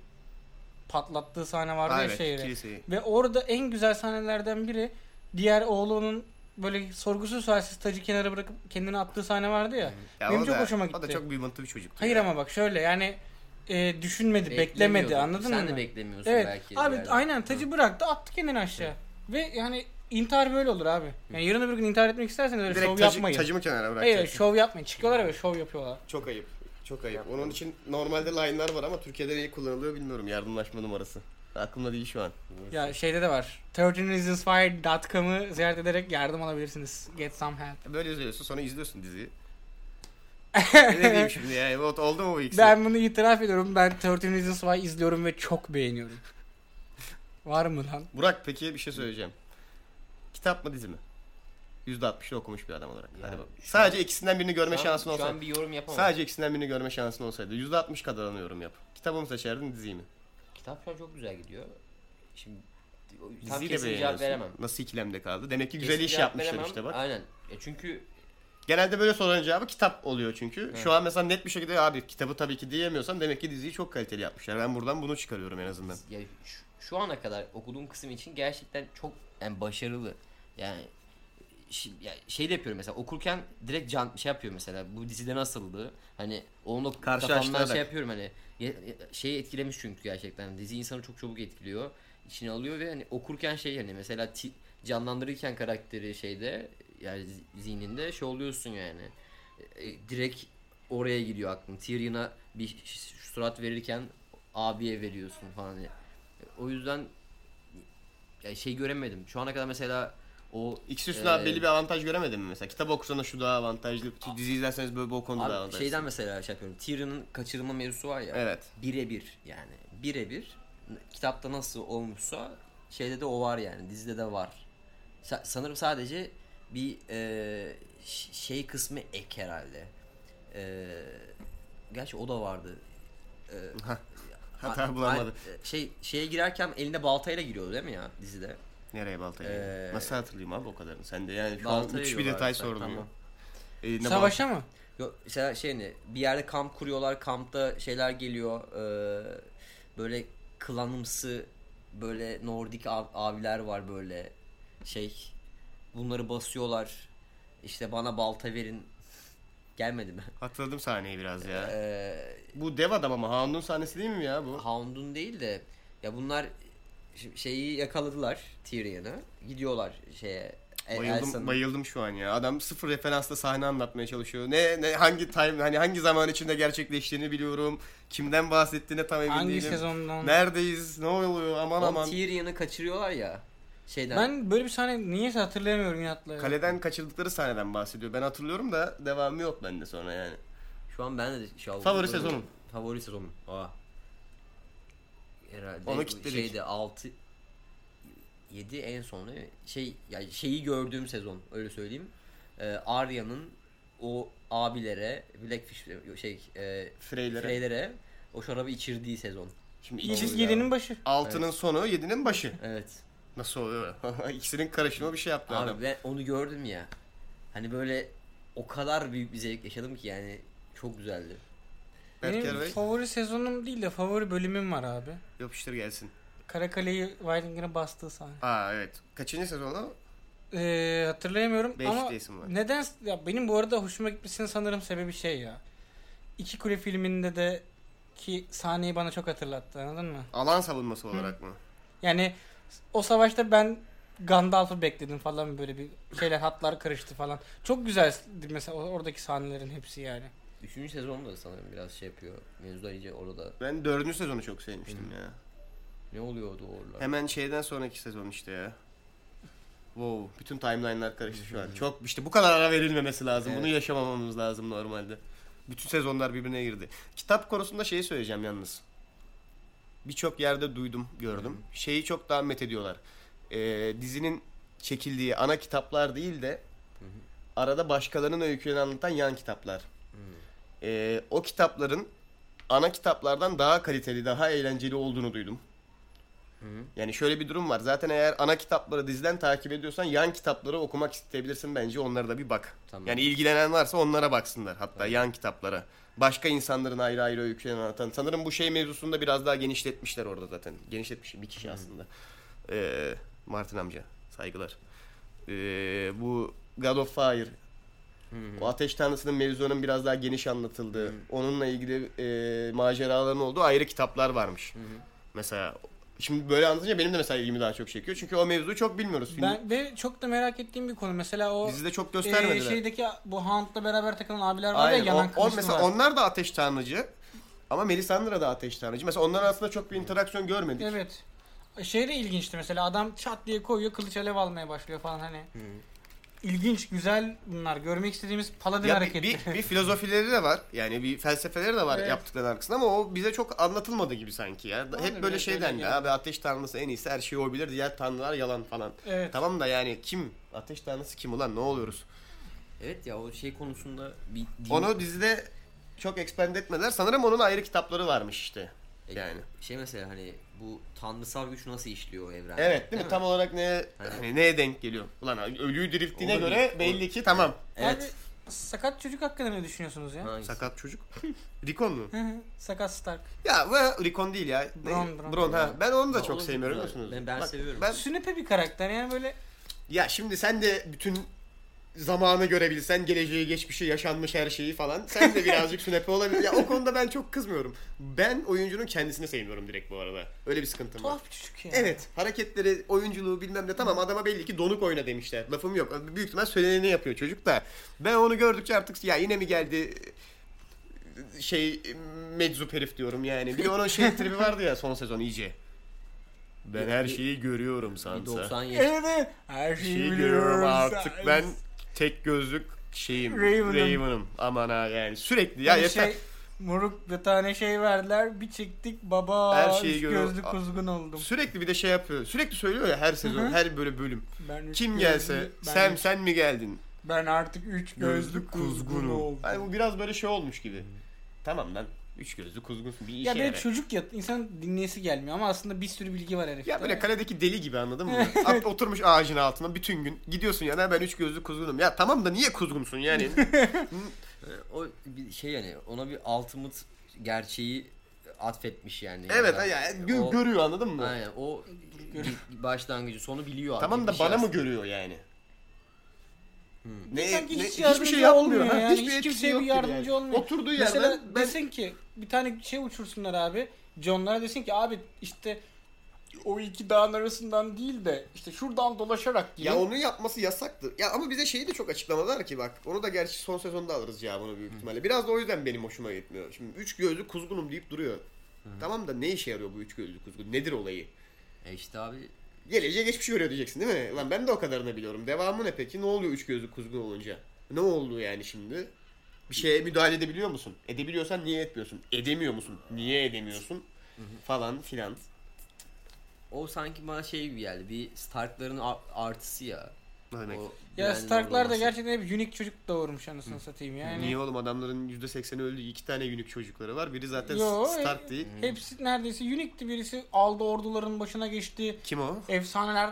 [SPEAKER 4] patlattığı sahne vardı
[SPEAKER 2] Ha,
[SPEAKER 4] ya
[SPEAKER 2] evet,
[SPEAKER 4] şehre.
[SPEAKER 2] kiliseyi.
[SPEAKER 4] Ve orada en güzel sahnelerden biri diğer oğlunun böyle sorgusuz sualsiz tacı kenara bırakıp kendini attığı sahne vardı ya.
[SPEAKER 2] Ya
[SPEAKER 4] Benim
[SPEAKER 2] o
[SPEAKER 4] çok
[SPEAKER 2] da-
[SPEAKER 4] hoşuma gitti.
[SPEAKER 2] O da çok mıymıntı bir çocuktu.
[SPEAKER 4] Hayır
[SPEAKER 2] ya.
[SPEAKER 4] ama bak şöyle yani e, düşünmedi,
[SPEAKER 5] Beklemiyordun.
[SPEAKER 4] beklemedi anladın
[SPEAKER 5] Sen
[SPEAKER 4] mı?
[SPEAKER 5] de beklemiyorsun
[SPEAKER 4] Evet.
[SPEAKER 5] belki.
[SPEAKER 4] abi
[SPEAKER 5] yani.
[SPEAKER 4] aynen tacı bıraktı, attı kendini aşağı. Ve yani intihar böyle olur abi. Yani yarın öbür gün intihar etmek isterseniz öyle şov
[SPEAKER 2] Direkt
[SPEAKER 4] yapmayın.
[SPEAKER 2] tacı, tacımı kenara
[SPEAKER 4] Hayır,
[SPEAKER 2] bırakacaksın.
[SPEAKER 4] hayır, şov yapmayın. Çıkıyorlar ve şov yapıyorlar.
[SPEAKER 2] Çok ayıp. Çok ayıp. Onun için normalde line'lar var ama Türkiye'de neyi kullanılıyor bilmiyorum. Yardımlaşma numarası. Aklımda değil şu an.
[SPEAKER 4] Ya şeyde de var. 13 reasonswhy.com'ı ziyaret ederek yardım alabilirsiniz. Get some help.
[SPEAKER 2] Böyle izliyorsun sonra izliyorsun diziyi. ne diyeyim şimdi ya? Ot- Oldu mu bu ikisi?
[SPEAKER 4] Ben bunu itiraf ediyorum. Ben 13 Reasons Why izliyorum ve çok beğeniyorum. Var mı lan?
[SPEAKER 2] Burak peki bir şey söyleyeceğim. Kitap mı dizi mi? %60'ı okumuş bir adam olarak. Hadi bak. Sadece ikisinden birini görme
[SPEAKER 5] Şu an-
[SPEAKER 2] şansın
[SPEAKER 5] Şu
[SPEAKER 2] olsaydı.
[SPEAKER 5] an bir yorum yapamam.
[SPEAKER 2] Sadece ikisinden birini görme şansın olsaydı. %60 kadarını yorum yap. Kitabı mı seçerdin diziyi mi?
[SPEAKER 5] Kitap şu an çok güzel gidiyor. Şimdi o- tam
[SPEAKER 2] Diziyi de
[SPEAKER 5] kesin bir cevap
[SPEAKER 2] beğeniyorsun.
[SPEAKER 5] veremem.
[SPEAKER 2] Nasıl ikilemde kaldı? Demek ki güzel
[SPEAKER 5] Kesin
[SPEAKER 2] iş
[SPEAKER 5] cevap
[SPEAKER 2] yapmışlar
[SPEAKER 5] veremem.
[SPEAKER 2] işte bak.
[SPEAKER 5] Aynen. E çünkü
[SPEAKER 2] Genelde böyle soruların cevabı kitap oluyor çünkü. Şu an mesela net bir şekilde abi kitabı tabii ki diyemiyorsam demek ki diziyi çok kaliteli yapmışlar. Ben buradan bunu çıkarıyorum en azından.
[SPEAKER 5] ya şu, şu ana kadar okuduğum kısım için gerçekten çok yani başarılı. Yani şi- ya şey de yapıyorum mesela okurken direkt can şey yapıyor mesela bu dizide nasıldı hani onu da kafamdan
[SPEAKER 2] Karşılaştırarak.
[SPEAKER 5] şey yapıyorum hani ya- ya- şeyi etkilemiş çünkü gerçekten dizi insanı çok çabuk etkiliyor içine alıyor ve hani okurken şey yani mesela ti- canlandırırken karakteri şeyde yani zi- zihninde şey oluyorsun yani E, e, direkt oraya gidiyor aklın Tyrion'a bir ş- surat verirken abiye veriyorsun falan E, o yüzden ya şey göremedim. Şu ana kadar mesela o
[SPEAKER 2] İkisi üstüne abi
[SPEAKER 5] e,
[SPEAKER 2] belli bir avantaj göremedin mi mesela? Kitap okusana şu daha avantajlı. Dizi izlerseniz böyle bu konuda
[SPEAKER 5] Abi
[SPEAKER 2] daha avantajlı.
[SPEAKER 5] şeyden mesela şey yapıyorum. Tyrion'un kaçırılma mevzusu var ya.
[SPEAKER 2] Evet.
[SPEAKER 5] Birebir yani. Birebir. n- Kitapta nasıl olmuşsa şeyde de o var yani. Dizide de var. Sa- sanırım sadece bir e, ş- şey kısmı ek herhalde. E, gerçi o da vardı.
[SPEAKER 2] Hata
[SPEAKER 5] A-
[SPEAKER 2] bulamadı.
[SPEAKER 5] a- şey şeye girerken elinde baltayla giriyordu değil mi ya dizide?
[SPEAKER 2] Nereye baltayı?
[SPEAKER 5] Ee,
[SPEAKER 2] Nasıl hatırlayayım abi o kadarını? Sen de yani şu an
[SPEAKER 5] Baltayı
[SPEAKER 2] müthiş bir
[SPEAKER 5] yiyorlar
[SPEAKER 2] detay
[SPEAKER 5] zaten,
[SPEAKER 2] sordun. Ee,
[SPEAKER 5] tamam.
[SPEAKER 2] Elinde
[SPEAKER 4] Savaşa mı?
[SPEAKER 5] Yok mesela şey ne bir yerde kamp kuruyorlar kampta şeyler geliyor eee, böyle klanımsı böyle Nordik ab- abiler var böyle şey bunları basıyorlar işte bana balta verin gelmedi mi?
[SPEAKER 2] bal- Hatırladım sahneyi biraz
[SPEAKER 5] Ee,
[SPEAKER 2] ya.
[SPEAKER 5] Eee
[SPEAKER 2] Bu dev adam ama Hound'un sahnesi değil mi ya bu?
[SPEAKER 5] Hound'un değil de ya bunlar şi- şeyi yakaladılar Tyrion'u gidiyorlar şeye e, El-
[SPEAKER 2] Bayıldım,
[SPEAKER 5] Elsa'nın-
[SPEAKER 2] bayıldım şu an ya. Adam sıfır referansla sahne anlatmaya çalışıyor. Ne, ne hangi time hani hangi zaman içinde gerçekleştiğini biliyorum. Kimden bahsettiğine tam emin
[SPEAKER 4] Hangi
[SPEAKER 2] değilim.
[SPEAKER 4] sezondan?
[SPEAKER 2] Neredeyiz? Ne oluyor? Aman
[SPEAKER 5] Oğlum
[SPEAKER 2] aman.
[SPEAKER 5] Tyrion'u kaçırıyorlar ya şeyden.
[SPEAKER 4] Ben böyle bir sahne niyeyse hatırlayamıyorum inatla. ya.
[SPEAKER 2] Kaleden kaçırdıkları sahneden bahsediyor. Ben hatırlıyorum da devamı yok bende sonra yani.
[SPEAKER 5] Şu an ben de şu an-
[SPEAKER 2] Favori sezonum.
[SPEAKER 5] Favori sezonum. Aa. Herhalde
[SPEAKER 2] Onu
[SPEAKER 5] Onu
[SPEAKER 2] kilitledik.
[SPEAKER 5] şeyde 6 7 en son değil mi? Şey yani şeyi gördüğüm sezon öyle söyleyeyim. Ee, Arya'nın o abilere Blackfish şey e,
[SPEAKER 2] Freylere.
[SPEAKER 5] Freylere o şarabı içirdiği sezon.
[SPEAKER 2] Şimdi
[SPEAKER 4] İkiz
[SPEAKER 2] iki,
[SPEAKER 5] Doğru.
[SPEAKER 4] yedinin başı.
[SPEAKER 2] altının sonu, yedinin başı.
[SPEAKER 5] Evet.
[SPEAKER 2] Nasıl oluyor? İkisinin karışımı bir şey yaptı adam.
[SPEAKER 5] Abi ben onu gördüm ya. Hani böyle o kadar büyük bir zevk yaşadım ki yani çok güzeldi.
[SPEAKER 2] Berker
[SPEAKER 4] Benim
[SPEAKER 2] Bey,
[SPEAKER 4] favori sezonum değil de favori bölümüm var abi.
[SPEAKER 2] yapıştır gelsin.
[SPEAKER 4] Karakale'yi Wildinger'e bastığı sahne.
[SPEAKER 2] Aa evet. Kaçıncı sezonda?
[SPEAKER 4] Ee, hatırlayamıyorum
[SPEAKER 2] Beş
[SPEAKER 4] ama
[SPEAKER 2] diyesim var.
[SPEAKER 4] neden ya benim bu arada hoşuma gitmesinin sanırım sebebi şey ya. İki Kule filminde de ki sahneyi bana çok hatırlattı anladın mı?
[SPEAKER 2] Alan savunması olarak mı?
[SPEAKER 4] Yani o savaşta ben Gandalf'ı bekledim falan böyle bir şeyler hatlar karıştı falan. Çok güzel mesela o- oradaki sahnelerin hepsi yani.
[SPEAKER 5] Üçüncü sezon da sanırım biraz şey yapıyor. Mevzular iyice orada.
[SPEAKER 2] Ben dördüncü sezonu çok sevmiştim ya.
[SPEAKER 5] Ne oluyordu orada?
[SPEAKER 2] Hemen şeyden sonraki sezon işte ya. Wow, bütün timeline'lar karıştı şu an. Çok işte bu kadar ara verilmemesi lazım. Bunu
[SPEAKER 5] Evet.
[SPEAKER 2] yaşamamamız lazım normalde. Bütün sezonlar birbirine girdi. Kitap konusunda şeyi söyleyeceğim yalnız. Birçok yerde duydum, gördüm. Şeyi çok daha met ediyorlar. Ee, dizinin çekildiği ana kitaplar değil de arada başkalarının öykülerini anlatan yan kitaplar. Ee, o kitapların ana kitaplardan daha kaliteli, daha eğlenceli olduğunu duydum. Yani şöyle bir durum var. Zaten eğer ana kitapları diziden takip ediyorsan yan kitapları okumak isteyebilirsin bence. Onlara da bir bak.
[SPEAKER 5] Tamam.
[SPEAKER 2] Yani ilgilenen varsa onlara baksınlar. Hatta yan kitaplara. Başka insanların ayrı ayrı öykülerini anlatan. Sanırım bu şey mevzusunda biraz daha genişletmişler orada zaten. Genişletmiş bir kişi aslında. Ee, Martin amca. Saygılar. Ee, bu God of Fire. O ateş tanrısının mevzunun biraz daha geniş anlatıldığı, onunla ilgili e, maceraların olduğu ayrı kitaplar varmış. Mesela şimdi böyle anlatınca benim de mesela ilgimi daha çok çekiyor. Çünkü o mevzuyu çok bilmiyoruz. Film,
[SPEAKER 4] Ben ve çok da merak ettiğim bir konu mesela o
[SPEAKER 2] dizide çok
[SPEAKER 4] e,
[SPEAKER 2] göstermediler.
[SPEAKER 4] şeydeki bu Hound'la beraber takılan abiler var
[SPEAKER 2] Aynen.
[SPEAKER 4] ya yanan
[SPEAKER 2] O, o
[SPEAKER 4] kılıçlı
[SPEAKER 2] mesela
[SPEAKER 4] var.
[SPEAKER 2] onlar da ateş tanrıcı. Ama Melisandre da ateş tanrıcı. Mesela onlar arasında çok bir interaksiyon görmedik.
[SPEAKER 4] Evet. Şey de ilginçti mesela adam çat diye koyuyor kılıç alev almaya başlıyor falan hani. İlginç, güzel bunlar. Görmek istediğimiz paladin
[SPEAKER 2] Ya bir,
[SPEAKER 4] hareketleri.
[SPEAKER 2] bir, bir filozofileri de var. Yani bir felsefeleri de var
[SPEAKER 4] Evet.
[SPEAKER 2] yaptıkların arkasında ama o bize çok anlatılmadı gibi sanki ya. Hep
[SPEAKER 4] Olabilir,
[SPEAKER 2] böyle
[SPEAKER 4] evet,
[SPEAKER 2] şey
[SPEAKER 4] öyle
[SPEAKER 2] dendi.
[SPEAKER 4] geliyor.
[SPEAKER 2] Abi ateş tanrısı en iyisi her şeyi o bilir. Diğer tanrılar yalan falan.
[SPEAKER 4] Evet.
[SPEAKER 2] Tamam da yani kim? Ateş tanrısı kim ulan? Ne oluyoruz?
[SPEAKER 5] Evet ya o şey konusunda bir din-
[SPEAKER 2] Onu dizide çok expand etmediler. Sanırım onun ayrı kitapları varmış işte.
[SPEAKER 5] e,
[SPEAKER 2] Yani.
[SPEAKER 5] şey mesela hani bu tanrısal güç nasıl işliyor o evrende?
[SPEAKER 2] Evet değil mi? Tam olarak ne
[SPEAKER 5] Aynen.
[SPEAKER 2] hani neye denk geliyor? Ulan ölüyü dirilttiğine
[SPEAKER 5] Olabilir.
[SPEAKER 2] göre belli ki tamam.
[SPEAKER 5] Evet.
[SPEAKER 4] Abi, sakat çocuk hakkında ne düşünüyorsunuz ya?
[SPEAKER 5] Hangisi?
[SPEAKER 2] Sakat çocuk. Rikon mu?
[SPEAKER 4] Hı hı, sakat Stark.
[SPEAKER 2] Ya bu Rikon değil ya. Ne?
[SPEAKER 4] Bron, Bron.
[SPEAKER 2] ha. Ben onu da
[SPEAKER 5] Ya
[SPEAKER 2] çok
[SPEAKER 5] onu
[SPEAKER 2] sevmiyorum
[SPEAKER 5] bilmiyorum.
[SPEAKER 2] biliyorsunuz.
[SPEAKER 5] Ben- ben seviyorum.
[SPEAKER 2] Ben,
[SPEAKER 4] Sünepe bir karakter yani böyle
[SPEAKER 2] ya şimdi sen de bütün zamanı görebilsen, geleceği, geçmişi, yaşanmış her şeyi falan. Sen de birazcık sünepe olabilir. Ya o konuda ben çok kızmıyorum. Ben oyuncunun kendisini sevmiyorum direkt bu arada. Öyle bir sıkıntım var.
[SPEAKER 4] tuhaf bir çocuk ya.
[SPEAKER 2] Evet. Hareketleri, oyunculuğu bilmem ne tamam adama belli ki donuk oyna demişler. Lafım yok. Büyük ihtimal söyleneni yapıyor çocuk da. Ben onu gördükçe artık ya yine mi geldi şey meczup herif diyorum yani. Bir de onun şey tribi vardı ya son sezon iyice. Ben her şeyi görüyorum Sansa.
[SPEAKER 5] 97
[SPEAKER 4] Evet evet. Her
[SPEAKER 2] Her
[SPEAKER 4] şeyi,
[SPEAKER 2] şeyi
[SPEAKER 4] biliyorum
[SPEAKER 2] görüyorum şey artık
[SPEAKER 4] sen. Hani
[SPEAKER 2] ben tek gözlük şeyim.
[SPEAKER 4] Raven'ım.
[SPEAKER 2] Raven'ım. Aman ha yani sürekli ya
[SPEAKER 4] Ya
[SPEAKER 2] yeter.
[SPEAKER 4] Şey, moruk bir tane şey verdiler. Bir çektik baba.
[SPEAKER 2] Her şeyi
[SPEAKER 4] üç
[SPEAKER 2] görüyorum.
[SPEAKER 4] gözlü kuzgun oldum.
[SPEAKER 2] Sürekli bir de şey yapıyor. Sürekli söylüyor ya her sezon,
[SPEAKER 4] Hı hı.
[SPEAKER 2] her böyle bölüm.
[SPEAKER 4] Ben üç
[SPEAKER 2] Kim
[SPEAKER 4] gözlü-
[SPEAKER 2] gelse,
[SPEAKER 4] ben
[SPEAKER 2] sen
[SPEAKER 4] üç-
[SPEAKER 2] sen mi geldin?
[SPEAKER 4] Ben artık üç gözlü kuzgun oldum.
[SPEAKER 2] Hani bu biraz böyle şey olmuş gibi. Tamam lan. Üç gözlü kuzgunsun. Bir işe
[SPEAKER 4] ya böyle
[SPEAKER 2] yarar.
[SPEAKER 4] çocuk ya insan dinleyesi gelmiyor ama aslında bir sürü bilgi var herifte.
[SPEAKER 2] Ya böyle kaledeki deli gibi anladın mı? At- Oturmuş ağacın altına bütün gün gidiyorsun ya "Ha, ben üç gözlü kuzgunum. Ya tamam da niye kuzgunsun yani?
[SPEAKER 5] o bir şey yani ona bir ultimate gerçeği atfetmiş yani.
[SPEAKER 2] evet
[SPEAKER 5] Yani
[SPEAKER 2] ya gö-
[SPEAKER 5] o-
[SPEAKER 2] görüyor anladın mı?
[SPEAKER 5] Aynen o başlangıcı sonu biliyor.
[SPEAKER 2] Tamam
[SPEAKER 5] abi,
[SPEAKER 2] da
[SPEAKER 5] bir şey
[SPEAKER 2] bana mı
[SPEAKER 5] aslında.
[SPEAKER 2] görüyor yani? Ne,
[SPEAKER 4] Sanki
[SPEAKER 2] E, ne- şey
[SPEAKER 4] hiç yardımcı olmuyor
[SPEAKER 2] ha,
[SPEAKER 4] yani.
[SPEAKER 2] hiçbir
[SPEAKER 4] Hiç
[SPEAKER 2] etkisi
[SPEAKER 4] kimseye
[SPEAKER 2] yok
[SPEAKER 4] bir
[SPEAKER 2] gibi
[SPEAKER 4] yardımcı
[SPEAKER 2] yani.
[SPEAKER 4] olmuyor.
[SPEAKER 2] Oturduğu
[SPEAKER 4] Mesela
[SPEAKER 2] yerden ben
[SPEAKER 4] desin ki bir tane şey uçursunlar abi. John'lara desin ki abi işte o iki dağın arasından değil de işte şuradan dolaşarak gidin.
[SPEAKER 2] Ya onu yapması yasaktı. Ya ama bize şeyi de çok açıklamadılar ki bak. Onu da gerçi son sezonda alırız ya bunu büyük ihtimalle. Biraz da o yüzden benim hoşuma gitmiyor. Şimdi üç gözlü kuzgunum deyip duruyor. Tamam da ne işe yarıyor bu üç gözlü kuzgun? Nedir olayı?
[SPEAKER 5] E işte abi
[SPEAKER 2] Geleceğe geçmiş görüyor diyeceksin değil mi? Lan ben de o kadarını biliyorum. Devamı ne peki? Ne oluyor üç gözlü kuzgun olunca? Ne oldu yani şimdi? Bir şeye müdahale edebiliyor musun? Edebiliyorsan niye etmiyorsun? Edemiyor musun? Niye edemiyorsun? Falan filan.
[SPEAKER 5] o sanki bana şey gibi geldi. Bir Stark'ların ar- artısı ya.
[SPEAKER 2] Ne demek?
[SPEAKER 5] O
[SPEAKER 4] ya
[SPEAKER 5] Bran'in
[SPEAKER 4] Stark'lar da
[SPEAKER 5] orada olması.
[SPEAKER 4] gerçekten hep unik çocuk doğurmuş anasını satayım yani.
[SPEAKER 2] Niye oğlum adamların %80'i öldü. iki tane günlük çocukları var. Biri zaten
[SPEAKER 4] Yo,
[SPEAKER 2] Stark değil.
[SPEAKER 4] Hepsi neredeyse unikti birisi aldı orduların başına geçti.
[SPEAKER 2] Kim o?
[SPEAKER 4] Efsaneler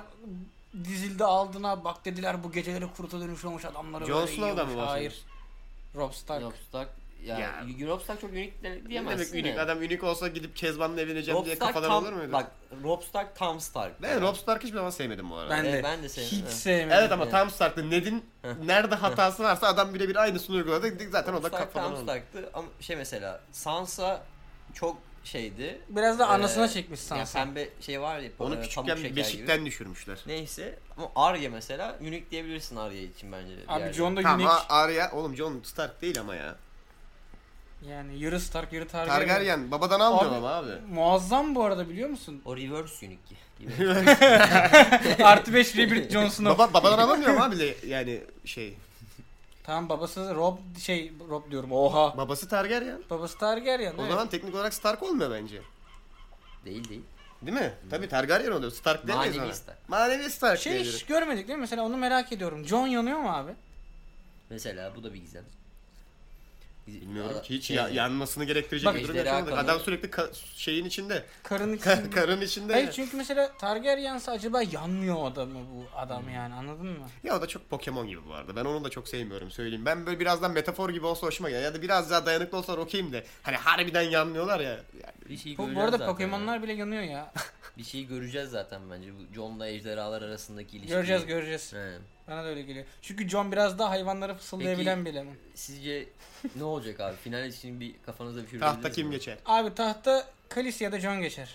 [SPEAKER 4] dizildi aldığına bak dediler bu geceleri kuruta dönüşüyormuş adamları
[SPEAKER 2] Jon
[SPEAKER 4] böyle
[SPEAKER 2] Snow'dan
[SPEAKER 4] yiyormuş.
[SPEAKER 2] mı bahsediyorsun?
[SPEAKER 4] Hayır. Robb Stark.
[SPEAKER 5] Robb Stark ya,
[SPEAKER 2] Ya.
[SPEAKER 5] Robb Stark çok unik de-
[SPEAKER 2] Ne demek
[SPEAKER 5] diyemezsin. de.
[SPEAKER 2] ünik? Adam ünik olsa gidip Kezban'la evleneceğim
[SPEAKER 5] Robb
[SPEAKER 2] diye
[SPEAKER 5] Stark
[SPEAKER 2] kafalar
[SPEAKER 5] tam,
[SPEAKER 2] olur muydu?
[SPEAKER 5] Bak Robb Stark tam Stark.
[SPEAKER 2] ben Robb Stark'ı hiçbir zaman sevmedim bu arada.
[SPEAKER 4] Ben de.
[SPEAKER 5] Evet, E, ben de sevmedim.
[SPEAKER 4] Hiç
[SPEAKER 5] Evet.
[SPEAKER 4] sevmedim.
[SPEAKER 2] Evet ama tam Stark'ta Ned'in nerede hatası varsa adam birebir aynısını uyguladı. Zaten o da
[SPEAKER 5] Stark
[SPEAKER 2] kafadan
[SPEAKER 5] tam
[SPEAKER 2] oldu.
[SPEAKER 5] Stark'tı ama şey mesela Sansa çok şeydi.
[SPEAKER 4] Biraz da anasına
[SPEAKER 5] Ee,
[SPEAKER 4] çekmiş
[SPEAKER 5] Ya
[SPEAKER 4] Sansa.
[SPEAKER 5] pembe şey var ya
[SPEAKER 2] Onu
[SPEAKER 5] e,
[SPEAKER 2] küçükken
[SPEAKER 5] pamuk şeker
[SPEAKER 2] beşikten
[SPEAKER 5] gibi.
[SPEAKER 2] düşürmüşler.
[SPEAKER 5] Neyse ama Arya mesela unik diyebilirsin Arya için bence. bir
[SPEAKER 4] Abi
[SPEAKER 5] yerde.
[SPEAKER 4] John da
[SPEAKER 2] Tamam
[SPEAKER 4] unik.
[SPEAKER 2] A- Arya oğlum Jon Stark değil ama ya.
[SPEAKER 4] Yani yarı Stark yarı Targaryen.
[SPEAKER 2] Targaryen babadan almıyor ama abi.
[SPEAKER 4] Muazzam bu arada biliyor musun?
[SPEAKER 5] O reverse unik gibi.
[SPEAKER 4] Artı 5 Robert Jon Snow.
[SPEAKER 2] Baba babadan alamıyor mu abi de yani şey
[SPEAKER 4] tamam babası Rob şey Rob diyorum oha.
[SPEAKER 2] babası Targaryen.
[SPEAKER 4] Babası Targaryen.
[SPEAKER 2] O
[SPEAKER 4] evet.
[SPEAKER 2] zaman teknik olarak Stark olmuyor bence.
[SPEAKER 5] değil değil.
[SPEAKER 2] Değil mi? Tabii Targaryen oluyor. Stark demeyiz
[SPEAKER 5] Manevi
[SPEAKER 2] ona.
[SPEAKER 5] Stark.
[SPEAKER 2] Manevi Stark.
[SPEAKER 4] şey
[SPEAKER 2] diyebiliriz.
[SPEAKER 4] hiç görmedik değil mi? Mesela onu merak ediyorum. Jon yanıyor mu abi?
[SPEAKER 5] Mesela bu da bir gizem. Biz-
[SPEAKER 2] Bilmiyorum
[SPEAKER 5] Ada-
[SPEAKER 2] ki hiç
[SPEAKER 5] şey-
[SPEAKER 2] ya- yanmasını gerektirecek
[SPEAKER 4] e, Bak,
[SPEAKER 2] bir durum
[SPEAKER 5] ejderha
[SPEAKER 2] yaşamadık. Adam
[SPEAKER 5] kanı.
[SPEAKER 2] sürekli ka- şeyin içinde.
[SPEAKER 4] Karın
[SPEAKER 2] Ka-
[SPEAKER 4] ikisi.
[SPEAKER 2] karın içinde.
[SPEAKER 4] Hayır çünkü mesela Targaryen'sa acaba yanmıyor o da mı bu adam yani anladın mı?
[SPEAKER 2] Ya o da çok Pokemon gibi bu arada. Ben onu da çok sevmiyorum söyleyeyim. Ben böyle birazdan metafor gibi olsa hoşuma gider. Ya da biraz daha dayanıklı olsa okeyim de. Hani harbiden yanmıyorlar ya. Yani
[SPEAKER 5] Bir şey
[SPEAKER 4] Bu, bu
[SPEAKER 5] göreceğiz
[SPEAKER 4] arada
[SPEAKER 5] zaten
[SPEAKER 4] Pokemon'lar
[SPEAKER 5] ya.
[SPEAKER 4] bile yanıyor ya.
[SPEAKER 5] Bir şey göreceğiz zaten bence. Bu Jon'la ejderhalar arasındaki ilişkiyi.
[SPEAKER 4] göreceğiz göreceğiz.
[SPEAKER 5] He.
[SPEAKER 4] Bana da öyle geliyor. Çünkü Jon biraz daha hayvanlara fısıldayabilen bile mi?
[SPEAKER 5] Sizce ne olacak abi? Final için bir kafanıza bir şey
[SPEAKER 2] tahta
[SPEAKER 5] üretebiliriz
[SPEAKER 2] kim
[SPEAKER 5] mi?
[SPEAKER 2] geçer?
[SPEAKER 4] Abi tahta Khaleesi ya da Jon geçer.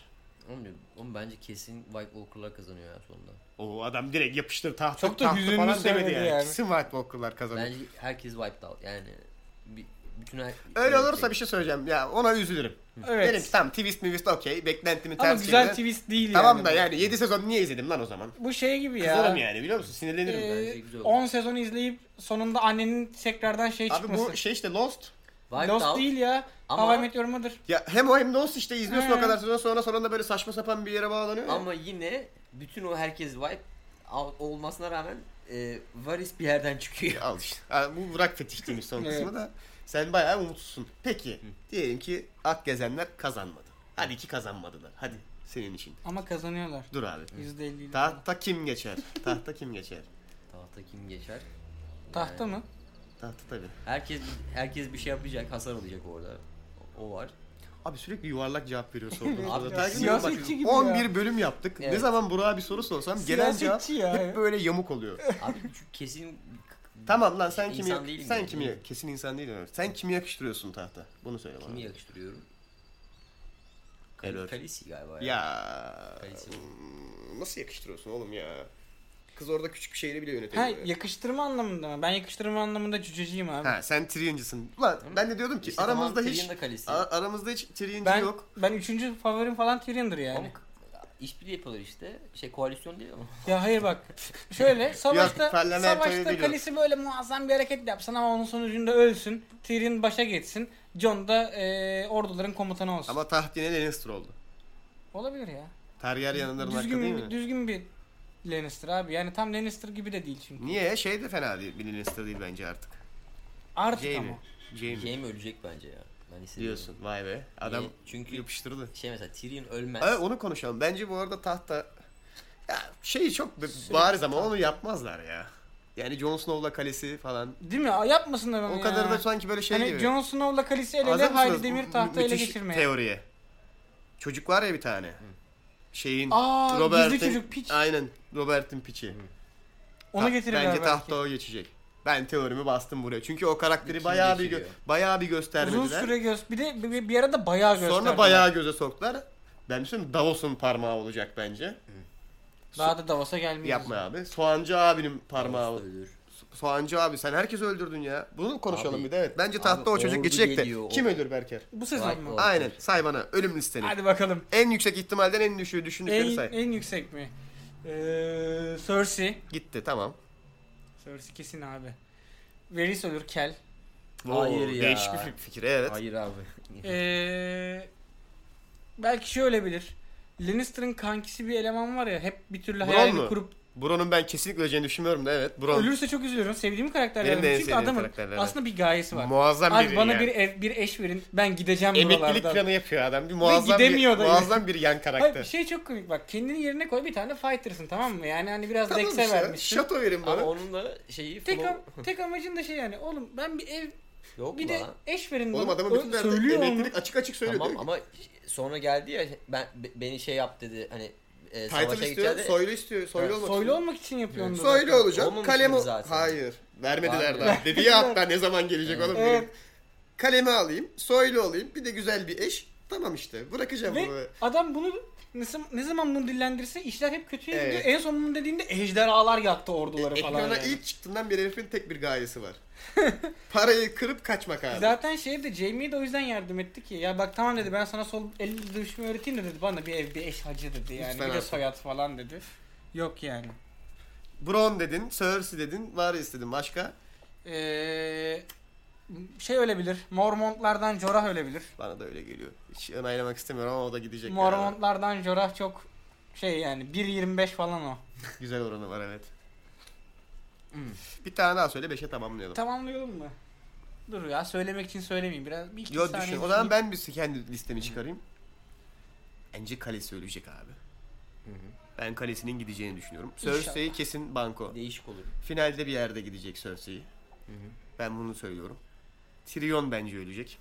[SPEAKER 5] Oğlum, diyorum, oğlum bence kesin White Walker'lar kazanıyor ya sonunda.
[SPEAKER 2] O adam direkt yapıştır tahta,
[SPEAKER 4] Çok da
[SPEAKER 2] tahta
[SPEAKER 4] hüzünlü
[SPEAKER 2] falan demedi
[SPEAKER 4] söyledi
[SPEAKER 2] yani.
[SPEAKER 4] yani.
[SPEAKER 2] Kesin White Walker'lar kazanır.
[SPEAKER 5] Bence herkes wiped out yani. bir- bütün her...
[SPEAKER 2] Öyle olursa bir şey söyleyeceğim. Ya ona üzülürüm.
[SPEAKER 4] Evet.
[SPEAKER 2] Derim ki tamam twist twist okey. Beklentimi
[SPEAKER 4] Ama
[SPEAKER 2] ters çeviren.
[SPEAKER 4] güzel twist değil
[SPEAKER 2] Tamam
[SPEAKER 4] yani.
[SPEAKER 2] da
[SPEAKER 4] bu.
[SPEAKER 2] yani 7 sezon niye izledim lan o zaman?
[SPEAKER 4] Bu şey gibi ya.
[SPEAKER 2] Kızarım yani biliyor musun? Sinirlenirim.
[SPEAKER 4] Ee,
[SPEAKER 5] Bence güzel olur.
[SPEAKER 4] 10 sezon izleyip sonunda annenin tekrardan şey
[SPEAKER 2] Abi
[SPEAKER 4] çıkması.
[SPEAKER 2] bu şey işte Lost.
[SPEAKER 5] Wiped
[SPEAKER 4] Lost
[SPEAKER 5] out,
[SPEAKER 4] değil ya.
[SPEAKER 5] ama-
[SPEAKER 4] Hava Met Your Mother.
[SPEAKER 2] Ya hem o hem Lost işte izliyorsun
[SPEAKER 4] He.
[SPEAKER 2] o kadar sezon sonra sonunda böyle saçma sapan bir yere bağlanıyor. ya.
[SPEAKER 5] Ama yine bütün o herkes wiped out olmasına rağmen e, Varys bir yerden çıkıyor.
[SPEAKER 2] Al işte. Ha, Bu bırak fetişliğimiz son
[SPEAKER 4] Evet.
[SPEAKER 2] kısmı da. Sen bayağı umutsuzsun. Peki diyelim ki ak gezenler kazanmadı. Hadi ki kazanmadılar. Hadi senin için.
[SPEAKER 4] Ama kazanıyorlar.
[SPEAKER 2] Dur abi.
[SPEAKER 4] %50 tahta.
[SPEAKER 2] Tahta kim geçer? Tahta kim geçer?
[SPEAKER 5] Tahta kim geçer?
[SPEAKER 4] tahta mı?
[SPEAKER 2] Tahta tabii.
[SPEAKER 5] Herkes herkes bir şey yapacak, hasar alacak orada. O var.
[SPEAKER 2] Abi sürekli yuvarlak cevap veriyor sorduğunuz
[SPEAKER 5] Abi
[SPEAKER 2] sorulara. Takip ediyorum.
[SPEAKER 4] siyasetçi
[SPEAKER 2] Bak,
[SPEAKER 4] gibi ya.
[SPEAKER 2] 11 bölüm yaptık. Ne
[SPEAKER 5] Evet.
[SPEAKER 2] zaman Burak'a bir soru sorsam gelen cevap
[SPEAKER 4] Siyasetçi ya.
[SPEAKER 2] hep böyle yamuk oluyor.
[SPEAKER 5] Abi çünkü kesin
[SPEAKER 2] tamam lan sen kimi
[SPEAKER 5] İnsan
[SPEAKER 2] yak-
[SPEAKER 5] değilim
[SPEAKER 2] sen
[SPEAKER 5] yani.
[SPEAKER 2] kimi yak- kesin insan değil Ömer. Sen kimi yakıştırıyorsun tahta? Bunu söyle bana.
[SPEAKER 5] kimi yakıştırıyorum?
[SPEAKER 2] Error.
[SPEAKER 5] Kal- Kalisi galiba ya.
[SPEAKER 2] Ya
[SPEAKER 5] Kalisi.
[SPEAKER 2] Hmm, nasıl yakıştırıyorsun oğlum ya? Kız orada küçük bir şehri bile
[SPEAKER 4] Ha,
[SPEAKER 2] yönetemiyor. ya.
[SPEAKER 4] yakıştırma anlamında mı? Ben yakıştırma anlamında cüceciyim abi.
[SPEAKER 2] Ha, sen Tyrion'cısın. Ulan ben de diyordum ki
[SPEAKER 5] İşte tamam,
[SPEAKER 2] aramızda hiç
[SPEAKER 5] Tyrion da kalesi.
[SPEAKER 2] a- aramızda hiç Tyrion'cu
[SPEAKER 4] ben
[SPEAKER 2] yok.
[SPEAKER 4] ben üçüncü favorim falan Tyrion'dur yani.
[SPEAKER 5] Ama İşbirliği yapıyorlar işte. Şey koalisyon değil ama.
[SPEAKER 4] Ya hayır bak. Şöyle savaşta
[SPEAKER 2] parlamentoyu
[SPEAKER 4] savaşta
[SPEAKER 2] biliyorum.
[SPEAKER 4] kalesi böyle muazzam bir hareket yapsın ama onun sonucunda ölsün. Tyrion başa geçsin. Jon da eee, orduların komutanı olsun.
[SPEAKER 2] Ama tahtine Lannister oldu.
[SPEAKER 4] Olabilir ya.
[SPEAKER 2] Targaryen'ların hakkı
[SPEAKER 4] Düzgün
[SPEAKER 2] değil
[SPEAKER 4] bir,
[SPEAKER 2] mi?
[SPEAKER 4] düzgün bir Lannister abi. Yani tam Lannister gibi de değil çünkü.
[SPEAKER 2] Niye? Şey de fena değil. Bir Lannister değil bence artık.
[SPEAKER 4] Artık ama.
[SPEAKER 2] Jaime. Jaime.
[SPEAKER 5] Jaime ölecek bence ya. Ben hissediyorum.
[SPEAKER 2] Diyorsun. Vay be. Adam
[SPEAKER 5] Niye? Çünkü-
[SPEAKER 2] yapıştırdı.
[SPEAKER 5] Şey mesela Tyrion ölmez.
[SPEAKER 2] Aa, Ee, onu konuşalım. Bence bu arada tahta ya şeyi çok b- bariz ama onu yapmazlar ya. Yani Jon Snow'la kalesi falan.
[SPEAKER 4] Değil mi? Aa, Yapmasınlar onu
[SPEAKER 2] O
[SPEAKER 4] ya.
[SPEAKER 2] kadar da sanki böyle şey
[SPEAKER 4] hani
[SPEAKER 2] gibi.
[SPEAKER 4] Jon Snow'la kalesi el ele
[SPEAKER 2] Hazır mısınız
[SPEAKER 4] Hayri
[SPEAKER 2] bu
[SPEAKER 4] Demir tahta ele
[SPEAKER 2] müthiş
[SPEAKER 4] geçirmeye.
[SPEAKER 2] teoriye. Çocuk var ya bir tane. Şeyin
[SPEAKER 4] Aa, gizli
[SPEAKER 2] Robert'in
[SPEAKER 4] çocuk, piç.
[SPEAKER 2] Aynen. Robert'in piçi.
[SPEAKER 4] Onu
[SPEAKER 2] Ta-
[SPEAKER 4] getirirler
[SPEAKER 2] Bence
[SPEAKER 4] belki.
[SPEAKER 2] tahta o geçecek. Ben teorimi bastım buraya. Çünkü o karakteri
[SPEAKER 5] Kim
[SPEAKER 2] bayağı bir gö-
[SPEAKER 5] geçiriyor?
[SPEAKER 2] bayağı bir göstermediler.
[SPEAKER 4] Uzun süre göz. Bir de bir, bir arada bayağı gösterdiler.
[SPEAKER 2] Sonra bayağı göze soktular. Ben düşünüyorum Davos'un parmağı olacak bence.
[SPEAKER 4] Daha da Davos'a gelmeyeceğiz.
[SPEAKER 2] Yapma abi. Soğancı abinin parmağı
[SPEAKER 5] Davos da
[SPEAKER 2] olacak.
[SPEAKER 5] ölür.
[SPEAKER 2] Soğancı abi sen herkesi öldürdün ya. Bunu konuşalım
[SPEAKER 5] Abi-
[SPEAKER 2] bir de evet. Bence
[SPEAKER 5] abi
[SPEAKER 2] tahtta o çocuk
[SPEAKER 5] ordu
[SPEAKER 2] geçecekti.
[SPEAKER 5] geliyor,
[SPEAKER 2] Kim
[SPEAKER 5] o-
[SPEAKER 2] ölür Berker?
[SPEAKER 4] Bu sezon
[SPEAKER 5] Vay
[SPEAKER 4] mu?
[SPEAKER 5] be. Ordu
[SPEAKER 2] Aynen
[SPEAKER 5] geliyor.
[SPEAKER 2] say bana ölüm listeni.
[SPEAKER 4] Hadi bakalım.
[SPEAKER 2] En yüksek ihtimalden en düşüğü düşündükleri
[SPEAKER 4] En,
[SPEAKER 2] say.
[SPEAKER 4] en yüksek mi? Ee, Cersei.
[SPEAKER 2] Gitti tamam.
[SPEAKER 4] Cersei kesin abi. Varys olur Kel.
[SPEAKER 5] Hayır
[SPEAKER 2] Oo,
[SPEAKER 5] ya.
[SPEAKER 2] Değişik bir fi- fikir evet.
[SPEAKER 5] Hayır abi.
[SPEAKER 4] Ee, belki şey ölebilir. Lannister'ın kankisi bir eleman var ya hep bir türlü
[SPEAKER 2] Bron
[SPEAKER 4] hayalini
[SPEAKER 2] mu?
[SPEAKER 4] kurup
[SPEAKER 2] Bron'un ben kesinlikle öleceğini düşünmüyorum da evet. Bron
[SPEAKER 4] ölürse çok üzülürüm. Sevdiğim karakterlerden.
[SPEAKER 2] Benim de en
[SPEAKER 4] Çünkü
[SPEAKER 2] sevdiğim
[SPEAKER 4] adamın
[SPEAKER 2] karakterlerden.
[SPEAKER 4] aslında bir gayesi var.
[SPEAKER 2] muazzam
[SPEAKER 4] Abi
[SPEAKER 2] biri
[SPEAKER 4] bana
[SPEAKER 2] yani.
[SPEAKER 4] bir ev, bir eş verin. Ben gideceğim
[SPEAKER 2] Emeklilik
[SPEAKER 4] buralardan.
[SPEAKER 2] planı yapıyor adam. Bir muazzam
[SPEAKER 4] gidemiyor
[SPEAKER 2] bir,
[SPEAKER 4] da.
[SPEAKER 2] muazzam bir yan
[SPEAKER 4] Hayır bir
[SPEAKER 2] karakter.
[SPEAKER 4] şey çok komik bak. Kendini yerine koy bir tane fighter'sın tamam mı? Yani hani biraz
[SPEAKER 2] Tamam
[SPEAKER 4] dekse
[SPEAKER 2] işte,
[SPEAKER 4] vermişsin.
[SPEAKER 2] Şato verin
[SPEAKER 5] Ama
[SPEAKER 2] bana.
[SPEAKER 5] onun da şeyi
[SPEAKER 4] Tek,
[SPEAKER 5] flow-
[SPEAKER 4] am- tek amacın da şey yani oğlum ben bir ev
[SPEAKER 5] yok
[SPEAKER 4] bir
[SPEAKER 5] mu
[SPEAKER 4] de
[SPEAKER 5] lan?
[SPEAKER 4] eş verin
[SPEAKER 2] Oğlum
[SPEAKER 4] bana.
[SPEAKER 2] adamın
[SPEAKER 4] Ö-
[SPEAKER 2] bütün derdi
[SPEAKER 4] söylüyor onu.
[SPEAKER 2] emeklilik açık açık söylüyor.
[SPEAKER 5] Tamam
[SPEAKER 2] değil mi?
[SPEAKER 5] ama sonra geldi ya ben be- beni şey yap dedi hani e,
[SPEAKER 2] Title
[SPEAKER 5] savaşa
[SPEAKER 2] istiyor,
[SPEAKER 5] gideceğiz de
[SPEAKER 2] soylu istiyor, soylu
[SPEAKER 5] Evet.
[SPEAKER 2] olmak
[SPEAKER 4] Soylu
[SPEAKER 2] istiyor.
[SPEAKER 4] olmak için yapıyor onu. da
[SPEAKER 2] Soylu
[SPEAKER 4] zaten.
[SPEAKER 2] olacak.
[SPEAKER 5] Olmamış
[SPEAKER 2] Kalemi
[SPEAKER 5] mıydı zaten?
[SPEAKER 2] Hayır. Vermediler
[SPEAKER 5] Var mı?
[SPEAKER 2] daha. Dedi ya hatta ne zaman gelecek oğlum.
[SPEAKER 4] Evet.
[SPEAKER 2] dedim. Kalemi alayım, soylu olayım, bir de güzel bir eş. Tamam işte. Bırakacağım bunu.
[SPEAKER 4] Ve adam bunu ne, zam- ne zaman bunu dillendirse işler hep kötüye
[SPEAKER 2] Evet. E,
[SPEAKER 4] gidiyor. En son bunu dediğinde ejderhalar yaktı orduları falan.
[SPEAKER 2] Ekrana
[SPEAKER 4] yani.
[SPEAKER 2] ilk çıktığından beri herifin tek bir gayesi var. Parayı kırıp kaçmak abi.
[SPEAKER 4] Zaten şey de Jamie'ye de o yüzden yardım etti ki. Ya bak tamam dedi ben sana sol el dövüşümü öğreteyim de dedi. Bana bir ev bir eş hacı dedi yani.
[SPEAKER 2] Lütfen
[SPEAKER 4] bir de
[SPEAKER 2] artık.
[SPEAKER 4] soyad falan dedi. Yok yani.
[SPEAKER 2] Bron dedin, Cersei dedin, var istedin başka.
[SPEAKER 4] Ee, şey ölebilir. Mormontlardan Jorah ölebilir.
[SPEAKER 2] Bana da öyle geliyor. Hiç onaylamak istemiyorum ama o da gidecek. galiba.
[SPEAKER 4] Mormontlardan Jorah çok şey yani 1.25 falan o.
[SPEAKER 2] Güzel oranı var evet. Bir tane daha söyle 5'e tamamlayalım.
[SPEAKER 4] Tamamlayalım mı? Dur ya söylemek için söylemeyeyim. Biraz bir iki
[SPEAKER 2] Yo
[SPEAKER 4] saniye
[SPEAKER 2] düşün. O
[SPEAKER 4] düşüneyim.
[SPEAKER 2] zaman ben bir kendi listemi çıkarayım. Bence kalesi ölecek abi. Ben kalesinin gideceğini düşünüyorum. Cersei kesin banko.
[SPEAKER 5] değişik olur.
[SPEAKER 2] Finalde bir yerde gidecek Cersei. Ben bunu söylüyorum. Tyrion bence ölecek.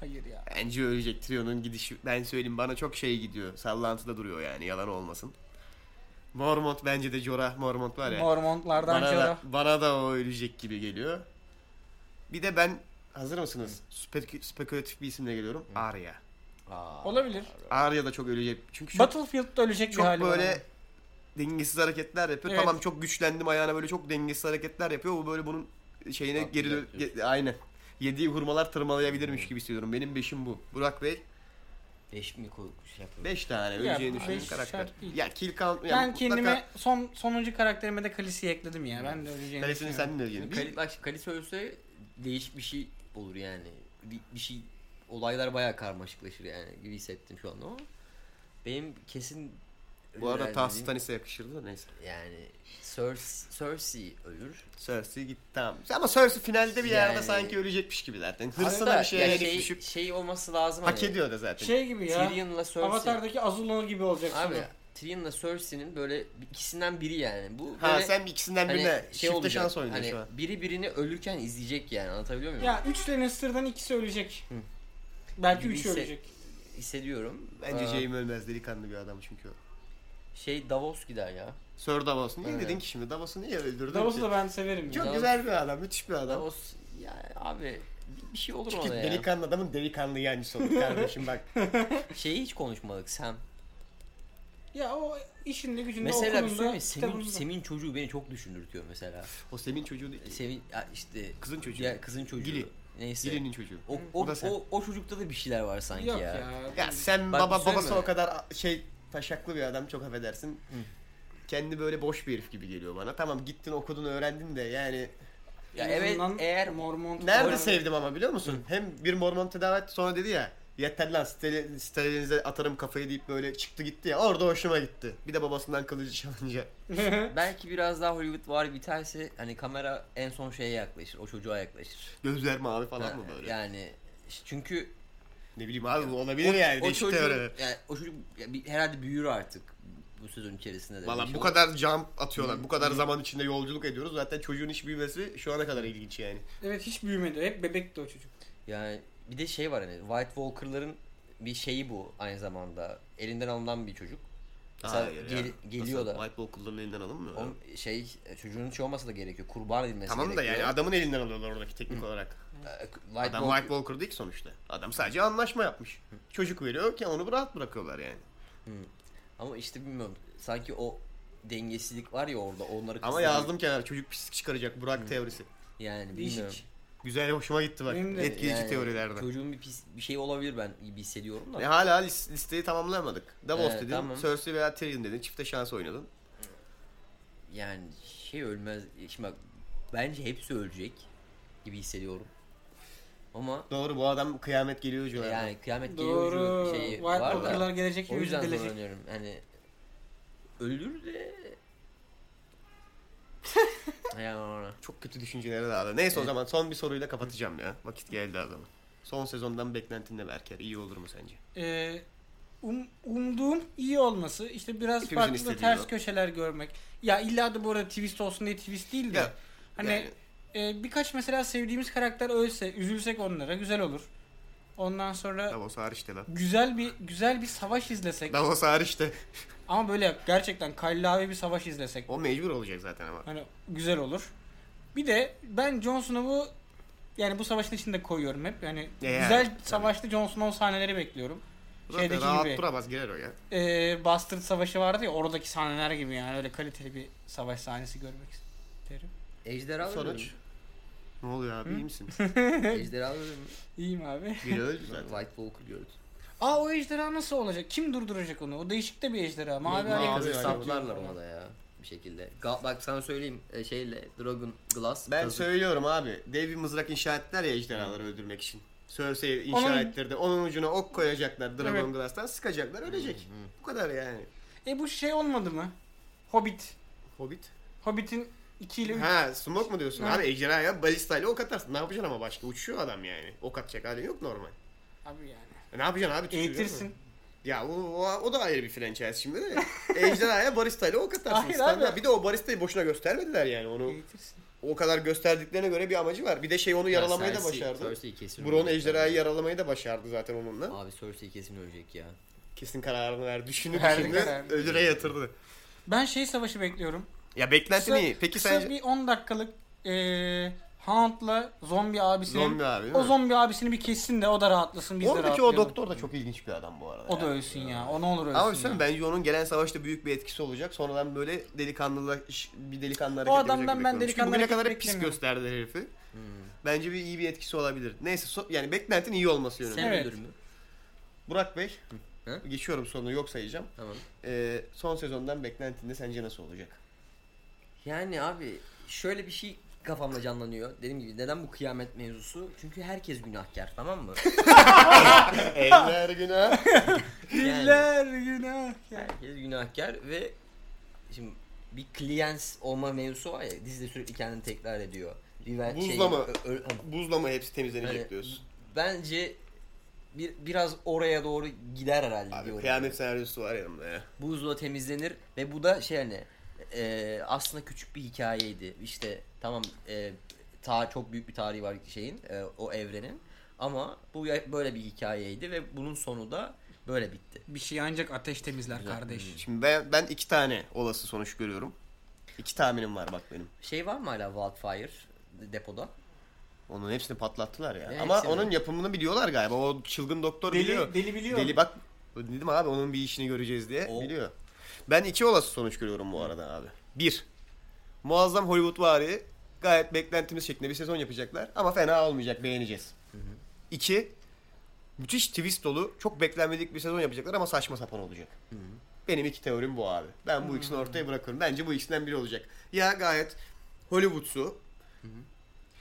[SPEAKER 4] Hayır ya.
[SPEAKER 2] Bence ölecek Trion'un gidişi. Ben söyleyeyim bana çok şey gidiyor. Sallantıda duruyor yani yalan olmasın. Mormont bence de Jorah Mormont var ya.
[SPEAKER 4] Mormontlardan
[SPEAKER 2] bana,
[SPEAKER 4] Jorah.
[SPEAKER 2] da, bana da o ölecek gibi geliyor. Bir de ben hazır mısınız? Spek- spekülatif bir isimle geliyorum. Arya.
[SPEAKER 5] Aa,
[SPEAKER 4] Olabilir.
[SPEAKER 2] Arya da çok ölecek. Çünkü çok,
[SPEAKER 4] Battlefield'da ölecek bir
[SPEAKER 2] çok
[SPEAKER 4] hali var
[SPEAKER 2] böyle
[SPEAKER 4] onun.
[SPEAKER 2] dengesiz hareketler yapıyor.
[SPEAKER 4] Evet.
[SPEAKER 2] Tamam çok güçlendim ayağına böyle çok dengesiz hareketler yapıyor. Bu böyle bunun şeyine
[SPEAKER 5] Bak,
[SPEAKER 2] geri
[SPEAKER 5] güzel
[SPEAKER 2] ge- aynen. Yediği hurmalar tırmalayabilirmiş gibi hissediyorum. Benim beşim bu. Burak Bey
[SPEAKER 5] Beş mi koy- şey yapıyor?
[SPEAKER 2] 5 tane
[SPEAKER 4] Ya,
[SPEAKER 2] öleceğini düşündüğüm
[SPEAKER 4] beş
[SPEAKER 2] karakter.
[SPEAKER 4] şart değil.
[SPEAKER 2] Ya kill count ya
[SPEAKER 4] Ben
[SPEAKER 2] mutlaka
[SPEAKER 4] kendime son sonuncu karakterime de Khaleesi'yi ekledim ya. Ben de öleceğini
[SPEAKER 2] kalesini
[SPEAKER 4] düşünüyorum.
[SPEAKER 2] sen de öleceğini. Bir-
[SPEAKER 5] Kali, bak şimdi Kalis ölse değişik bir şey olur yani. Bir, bir şey olaylar bayağı karmaşıklaşır yani gibi hissettim şu anda ama benim kesin
[SPEAKER 2] Bu arada
[SPEAKER 5] ölüler
[SPEAKER 2] Tahsis
[SPEAKER 5] dediğim-
[SPEAKER 2] Tanis'e yakışırdı da neyse.
[SPEAKER 5] yani Cersei, Cersei ölür.
[SPEAKER 2] Cersei gitti tamam. Ama Cersei finalde bir yerde
[SPEAKER 5] Yani-
[SPEAKER 2] sanki ölecekmiş gibi zaten.
[SPEAKER 5] Hatta
[SPEAKER 2] Hırsına bir şeye
[SPEAKER 5] ya
[SPEAKER 2] yenik
[SPEAKER 5] şey,
[SPEAKER 2] düşüp
[SPEAKER 5] şey olması lazım
[SPEAKER 2] hak
[SPEAKER 5] hani.
[SPEAKER 2] ediyor da zaten.
[SPEAKER 4] Şey gibi ya.
[SPEAKER 5] Tyrion'la Cersei.
[SPEAKER 4] Avatar'daki Azula gibi olacak
[SPEAKER 5] Abi
[SPEAKER 4] sonra.
[SPEAKER 5] Tyrion'la Cersei'nin böyle ikisinden biri yani. Bu
[SPEAKER 2] ha
[SPEAKER 5] böyle
[SPEAKER 2] sen bir ikisinden
[SPEAKER 5] hani
[SPEAKER 2] birine
[SPEAKER 5] şey
[SPEAKER 2] çifte
[SPEAKER 5] olacak.
[SPEAKER 2] şans oynuyor
[SPEAKER 5] hani
[SPEAKER 2] şu an.
[SPEAKER 5] biri birini ölürken izleyecek yani. Anlatabiliyor muyum?
[SPEAKER 4] Ya 3 Lannister'dan ikisi ölecek. Belki
[SPEAKER 5] Gibi
[SPEAKER 4] 3
[SPEAKER 5] hisse-
[SPEAKER 4] ölecek.
[SPEAKER 5] Hissediyorum.
[SPEAKER 2] Bence
[SPEAKER 5] Ee,
[SPEAKER 2] Jaime ölmez delikanlı bir adam çünkü o.
[SPEAKER 5] Şey Davos gider ya.
[SPEAKER 2] Sir Davos. Niye
[SPEAKER 5] Evet.
[SPEAKER 2] dedin ki şimdi? Davos'u niye öldürdün
[SPEAKER 4] Davos'u
[SPEAKER 2] ki?
[SPEAKER 4] da ben severim
[SPEAKER 2] şey. Çok
[SPEAKER 4] ya.
[SPEAKER 5] Davos-
[SPEAKER 2] güzel bir adam, müthiş bir adam.
[SPEAKER 5] Davos ya abi bir- bir şey olur
[SPEAKER 2] çünkü
[SPEAKER 5] ona ya.
[SPEAKER 2] delikanlı adamın delikanlı yancısı olur kardeşim bak.
[SPEAKER 5] Şeyi hiç konuşmadık Sam.
[SPEAKER 4] Ya o işinde gücünde
[SPEAKER 5] Mesela bir şey
[SPEAKER 4] okulunda
[SPEAKER 5] söyleyeyim mi? Sem'in,
[SPEAKER 4] kitabında.
[SPEAKER 5] Sem'in çocuğu beni çok düşündürtüyor mesela.
[SPEAKER 2] o Sem'in çocuğu değil.
[SPEAKER 5] Sem'in ya işte
[SPEAKER 2] Kızın çocuğu.
[SPEAKER 5] ya kızın çocuğu.
[SPEAKER 2] Gili.
[SPEAKER 5] Neyse.
[SPEAKER 2] Gilinin çocuğu.
[SPEAKER 5] O,
[SPEAKER 2] O
[SPEAKER 5] o,
[SPEAKER 2] da Sam.
[SPEAKER 5] o, o çocukta da bir şeyler var sanki
[SPEAKER 4] Yok
[SPEAKER 5] ya.
[SPEAKER 4] ya.
[SPEAKER 2] Ya sen
[SPEAKER 5] Bak,
[SPEAKER 2] baba
[SPEAKER 5] söyleme.
[SPEAKER 2] babası o kadar şey taşaklı bir adam çok affedersin. Kendi böyle boş bir herif gibi geliyor bana. Tamam gittin okudun öğrendin de yani
[SPEAKER 5] Ya
[SPEAKER 4] En
[SPEAKER 5] evet
[SPEAKER 4] azından
[SPEAKER 5] eğer
[SPEAKER 4] Mormon
[SPEAKER 2] Nerede
[SPEAKER 4] Mormon-
[SPEAKER 2] sevdim ama biliyor musun? Hem bir Mormon tedavet sonra dedi ya yeter lan steli- sterilize atarım kafayı deyip böyle çıktı gitti ya orada hoşuma gitti. Bir de babasından kılıcı çalınca.
[SPEAKER 5] belki biraz daha Hollywood var biterse hani kamera en son şeye yaklaşır. O çocuğa yaklaşır.
[SPEAKER 2] Gözler mavi falan mı
[SPEAKER 5] Ha,
[SPEAKER 2] böyle?
[SPEAKER 5] Yani ş- çünkü
[SPEAKER 2] Ne bileyim abi bu olabilir yani.
[SPEAKER 5] o
[SPEAKER 2] değişik
[SPEAKER 5] çocuk
[SPEAKER 2] teori.
[SPEAKER 5] yani o çocuk ya bir- herhalde büyür artık bu sözün içerisinde de.
[SPEAKER 2] Valla
[SPEAKER 5] Bir
[SPEAKER 2] bu
[SPEAKER 5] şey
[SPEAKER 2] kadar jump atıyorlar. Bu kadar zaman içinde yolculuk ediyoruz. Zaten çocuğun iş büyümesi şu ana kadar ilginç yani.
[SPEAKER 4] Evet hiç büyümedi. Hep bebekti o çocuk.
[SPEAKER 5] Yani bir de şey var hani White Walker'ların bir şeyi bu aynı zamanda. Elinden alınan bir çocuk. Mesela
[SPEAKER 2] Hayır ya.
[SPEAKER 5] gel- geliyor
[SPEAKER 2] Nasıl?
[SPEAKER 5] da.
[SPEAKER 2] White Walker'ların elinden alınmıyor.
[SPEAKER 5] Onun şey çocuğun şey olmasa da gerekiyor. Kurban edilmesi
[SPEAKER 2] Tamam da
[SPEAKER 5] gerekiyor.
[SPEAKER 2] yani adamın elinden alıyorlar oradaki teknik olarak.
[SPEAKER 5] Ee, White
[SPEAKER 2] Adam
[SPEAKER 5] Walker-
[SPEAKER 2] White Walker değil ki sonuçta. Adam sadece anlaşma yapmış. Çocuk veriyor ki onu rahat bırakıyorlar yani.
[SPEAKER 5] Ama işte bilmiyorum. Sanki o dengesizlik var ya orada onları
[SPEAKER 2] Ama
[SPEAKER 5] kızdırıyor.
[SPEAKER 2] yazdım kenara çocuk pislik çıkaracak Burak teorisi.
[SPEAKER 5] Yani
[SPEAKER 4] Değişik.
[SPEAKER 5] bilmiyorum.
[SPEAKER 2] Güzel hoşuma gitti bak.
[SPEAKER 4] Benim de.
[SPEAKER 2] Etkileyici
[SPEAKER 5] Yani
[SPEAKER 2] teorilerden.
[SPEAKER 5] Çocuğun bir pis, bir şey olabilir ben gibi hissediyorum da.
[SPEAKER 2] Ve hala lis- listeyi tamamlamadık. Davos
[SPEAKER 5] Evet,
[SPEAKER 2] dedin,
[SPEAKER 5] tamam.
[SPEAKER 2] Cersei veya Tyrion dedin. Çifte şans oynadın.
[SPEAKER 5] Yani şey ölmez. Şimdi bak bence hepsi ölecek gibi hissediyorum. Ama
[SPEAKER 2] Doğru bu adam kıyamet geliyor diyorlar.
[SPEAKER 5] Yani kıyamet
[SPEAKER 4] Doğru.
[SPEAKER 5] geliyor şeyi
[SPEAKER 4] White
[SPEAKER 5] var da.
[SPEAKER 4] Walker'lar gelecek.
[SPEAKER 5] O yüzden
[SPEAKER 4] gelecek.
[SPEAKER 5] zorlanıyorum. Hani ölür de yani
[SPEAKER 2] Çok kötü düşüncelere dağıldı. Neyse o
[SPEAKER 5] Evet.
[SPEAKER 2] zaman son bir soruyla kapatacağım ya. Vakit geldi adamın. Son sezondan beklentin ne Berker? İyi olur mu sence?
[SPEAKER 4] Ee, um, umduğum iyi olması, işte biraz
[SPEAKER 2] Hepimizin
[SPEAKER 4] farklı
[SPEAKER 2] istediği
[SPEAKER 4] ters
[SPEAKER 2] o.
[SPEAKER 4] köşeler görmek. Ya illa da bu arada twist olsun diye twist değil de.
[SPEAKER 2] Ya,
[SPEAKER 4] hani e, birkaç mesela sevdiğimiz karakter ölse, üzülsek onlara güzel olur. Ondan sonra
[SPEAKER 2] Davos hariç de lan.
[SPEAKER 4] güzel bir güzel bir savaş izlesek.
[SPEAKER 2] Davos hariç de.
[SPEAKER 4] Ama böyle gerçekten kallavi bir savaş izlesek.
[SPEAKER 2] O mecbur olacak zaten ama.
[SPEAKER 4] Hani güzel olur. Bir de ben Jon Snow'u yani bu savaşın içinde koyuyorum hep. Yani
[SPEAKER 2] E yani,
[SPEAKER 4] güzel
[SPEAKER 2] tabii.
[SPEAKER 4] savaşlı Jon Snow sahneleri bekliyorum.
[SPEAKER 2] Zaten
[SPEAKER 4] Şeydeki
[SPEAKER 2] rahat
[SPEAKER 4] gibi.
[SPEAKER 2] duramaz girer o ya.
[SPEAKER 4] e, Bastard Savaşı vardı ya oradaki sahneler gibi yani öyle kaliteli bir savaş sahnesi görmek isterim.
[SPEAKER 5] ejderha
[SPEAKER 2] Sonuç.
[SPEAKER 5] Sonuç.
[SPEAKER 2] Ne oluyor abi iyi misin?
[SPEAKER 5] Ejderha ölürüm.
[SPEAKER 4] İyiyim abi.
[SPEAKER 2] Biri öldü zaten.
[SPEAKER 5] White Walker gördüm.
[SPEAKER 4] Aa o ejderha nasıl olacak? Kim durduracak onu? O değişik de bir ejderha. Mavi ayaklı
[SPEAKER 2] mavi
[SPEAKER 4] bir
[SPEAKER 5] saplarlar
[SPEAKER 4] saplar.
[SPEAKER 5] ona da ya bir şekilde. Ga- bak sana söyleyeyim e, şeyle Dragon Glass.
[SPEAKER 2] Ben
[SPEAKER 5] kazık.
[SPEAKER 2] söylüyorum abi. Dev bir mızrak inşa ettiler ya ejderhaları öldürmek için. Cersei inşa
[SPEAKER 4] Onun-
[SPEAKER 2] ettirdi. Onun ucuna ok koyacaklar Dragon
[SPEAKER 4] Evet.
[SPEAKER 2] Glass'tan sıkacaklar ölecek. Bu kadar yani.
[SPEAKER 4] E bu şey olmadı mı? Hobbit.
[SPEAKER 2] Hobbit.
[SPEAKER 4] Hobbit'in 2 ile 3.
[SPEAKER 2] Ha smoke mu diyorsun?
[SPEAKER 4] Ha.
[SPEAKER 2] Abi ejderhaya balistayla ok atarsın. Ne yapacaksın ama başka? Uçuyor adam yani. Ok atacak halin yok normal.
[SPEAKER 4] Abi yani.
[SPEAKER 2] E, Ne yapacaksın abi? Tutacak mı?
[SPEAKER 4] Eğitirsin.
[SPEAKER 2] Ya o, o, o da ayrı bir franchise şimdi de. Ejderhaya baristayla ok atarsın.
[SPEAKER 4] Hayır
[SPEAKER 2] Standart.
[SPEAKER 4] abi.
[SPEAKER 2] Bir de o baristayı boşuna göstermediler yani. Onu
[SPEAKER 4] Eğitirsin.
[SPEAKER 2] o kadar gösterdiklerine göre bir amacı var. Bir de şey onu
[SPEAKER 5] Ya
[SPEAKER 2] yaralamayı da
[SPEAKER 5] Cersei-
[SPEAKER 2] başardı.
[SPEAKER 5] Cersei'yi kesin
[SPEAKER 2] Bron
[SPEAKER 5] ölecek
[SPEAKER 2] ejderhayı
[SPEAKER 5] ya.
[SPEAKER 2] yaralamayı da başardı zaten onunla.
[SPEAKER 5] Abi Cersei kesin ölecek ya.
[SPEAKER 2] Kesin kararını verdi. Düşündü
[SPEAKER 4] Verdi
[SPEAKER 2] düşündü.
[SPEAKER 4] kararını.
[SPEAKER 2] Ölüre yatırdı.
[SPEAKER 4] Ben şey savaşı bekliyorum.
[SPEAKER 2] Ya beklentin
[SPEAKER 4] Kısa,
[SPEAKER 2] iyi. Peki
[SPEAKER 4] kısa
[SPEAKER 2] sence
[SPEAKER 4] bir 10 dakikalık eee Hound'la zombi abisinin
[SPEAKER 2] zombi abi değil
[SPEAKER 4] şey- o
[SPEAKER 2] mi?
[SPEAKER 4] zombi abisini bir kessin de o da rahatlasın biz de
[SPEAKER 2] Oradaki o
[SPEAKER 4] rahatlayalım.
[SPEAKER 2] doktor da çok ilginç bir adam bu arada.
[SPEAKER 4] O da
[SPEAKER 2] ya.
[SPEAKER 4] ölsün ya. O ne olur ölsün.
[SPEAKER 2] Ama
[SPEAKER 4] ya.
[SPEAKER 2] düşünsene bence onun gelen savaşta büyük bir etkisi olacak. Sonradan böyle delikanlılar bir delikanlı hareket
[SPEAKER 4] O
[SPEAKER 2] yapacak
[SPEAKER 4] adamdan
[SPEAKER 2] gibi bekliyorum.
[SPEAKER 4] ben
[SPEAKER 2] Çünkü
[SPEAKER 4] delikanlı
[SPEAKER 2] bugüne
[SPEAKER 4] hareket
[SPEAKER 2] kadar hep pis
[SPEAKER 4] beklemiyorum.
[SPEAKER 2] gösterdi herifi.
[SPEAKER 5] Hmm.
[SPEAKER 2] Bence bir iyi bir etkisi olabilir. Neyse so- yani beklentin iyi olması yönünde.
[SPEAKER 5] Sen
[SPEAKER 4] Evet.
[SPEAKER 5] ölür mü?
[SPEAKER 2] Burak Bey,
[SPEAKER 5] Hı?
[SPEAKER 2] geçiyorum sorunu yok sayacağım.
[SPEAKER 5] Tamam.
[SPEAKER 2] Ee, son sezondan beklentinde sence nasıl olacak?
[SPEAKER 5] Yani abi şöyle bir şey kafamda canlanıyor. Dediğim gibi neden bu kıyamet mevzusu? Çünkü herkes günahkar tamam mı?
[SPEAKER 2] Eller günah.
[SPEAKER 5] Yani
[SPEAKER 4] Diller günah ya.
[SPEAKER 5] herkes günahkar ve şimdi bir clients olma mevzusu var ya dizide sürekli kendini tekrar ediyor. Riven şey-
[SPEAKER 2] Buzlama.
[SPEAKER 5] ö- ö-
[SPEAKER 2] Buzla mı hepsi temizlenecek
[SPEAKER 5] Hani-
[SPEAKER 2] diyorsun?
[SPEAKER 5] bence bir, biraz oraya doğru gider herhalde
[SPEAKER 2] Abi
[SPEAKER 5] diyorum.
[SPEAKER 2] kıyamet senaryosu var yanımda ya.
[SPEAKER 5] Buzla temizlenir ve bu da şey hani e, aslında küçük bir hikayeydi. İşte tamam e, ta çok büyük bir tarihi var şeyin e, o evrenin ama bu ya- böyle bir hikayeydi ve bunun sonu da böyle bitti.
[SPEAKER 4] Bir şey ancak ateş temizler kardeş.
[SPEAKER 2] Şimdi ben, ben iki tane olası sonuç görüyorum. İki tahminim var bak benim.
[SPEAKER 5] Şey var mı hala Wildfire depoda?
[SPEAKER 2] Onun hepsini patlattılar ya.
[SPEAKER 5] Ne
[SPEAKER 2] Ama
[SPEAKER 5] hepsini?
[SPEAKER 2] onun yapımını biliyorlar galiba. O çılgın doktor biliyor.
[SPEAKER 4] deli biliyor.
[SPEAKER 2] Deli bak dedim abi onun bir işini göreceğiz diye
[SPEAKER 5] O-
[SPEAKER 2] biliyor. Ben iki olası sonuç görüyorum bu arada abi. Bir, muazzam Hollywood vari gayet beklentimiz şeklinde bir sezon yapacaklar ama fena olmayacak beğeneceğiz. İki, müthiş twist dolu çok beklenmedik bir sezon yapacaklar ama saçma sapan olacak. Benim iki teorim bu abi. Ben bu ikisini ortaya bırakıyorum. Bence bu ikisinden biri olacak. Ya gayet Hollywood'su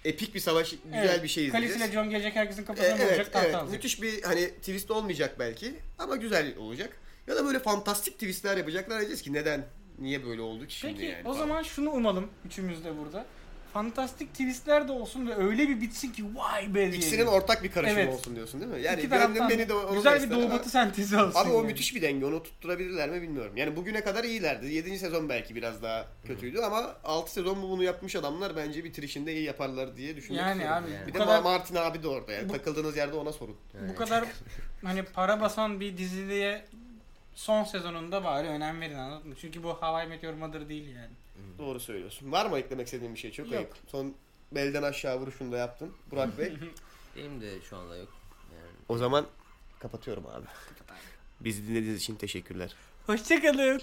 [SPEAKER 2] epik bir savaş güzel
[SPEAKER 4] Evet,
[SPEAKER 2] bir şey izleyeceğiz.
[SPEAKER 4] Kalesiyle John gelecek herkesin
[SPEAKER 2] E,
[SPEAKER 4] kafasına
[SPEAKER 2] evet,
[SPEAKER 4] vuracak
[SPEAKER 2] evet.
[SPEAKER 4] tahta alacak.
[SPEAKER 2] Müthiş bir hani twist olmayacak belki ama güzel olacak. Ya da böyle fantastik twistler yapacaklar diyeceğiz ki neden niye böyle oldu ki şimdi
[SPEAKER 4] Peki
[SPEAKER 2] yani.
[SPEAKER 4] o
[SPEAKER 2] falan.
[SPEAKER 4] zaman şunu umalım üçümüz de burada. Fantastik twistler de olsun ve öyle bir bitsin ki vay be diyelim.
[SPEAKER 2] İkisinin ortak bir karışımı
[SPEAKER 4] Evet.
[SPEAKER 2] olsun diyorsun değil mi? Yani
[SPEAKER 4] İki
[SPEAKER 2] gönlüm
[SPEAKER 4] taraftan
[SPEAKER 2] beni de onu da
[SPEAKER 4] güzel bir
[SPEAKER 2] ister
[SPEAKER 4] doğu
[SPEAKER 2] ama-
[SPEAKER 4] batı sentezi olsun.
[SPEAKER 2] Abi o
[SPEAKER 4] yani.
[SPEAKER 2] müthiş bir denge. Onu tutturabilirler mi bilmiyorum. Yani bugüne kadar iyilerdi. 7. sezon belki biraz daha kötüydü ama 6 sezon bu bunu yapmış adamlar bence bitirişinde iyi yaparlar diye düşünüyorum.
[SPEAKER 4] Yani abi
[SPEAKER 5] Yani.
[SPEAKER 4] bu
[SPEAKER 2] Bir de
[SPEAKER 4] kadar
[SPEAKER 2] Martin abi de orada. Yani
[SPEAKER 4] Bu-
[SPEAKER 2] takıldığınız yerde ona sorun.
[SPEAKER 4] bu kadar hani para basan bir diziliğe son sezonunda bari önem verin anladın mı? Çünkü bu Hawaii Meteor Mother değil yani.
[SPEAKER 2] Doğru söylüyorsun. Var mı eklemek istediğin bir şey? Çok
[SPEAKER 4] Yok.
[SPEAKER 2] ayıp. Son belden aşağı vuruşunu da yaptın. Burak Bey.
[SPEAKER 5] Benim de şu anda yok. Yani
[SPEAKER 2] o zaman kapatıyorum abi. Bizi dinlediğiniz için teşekkürler.
[SPEAKER 4] Hoşçakalın.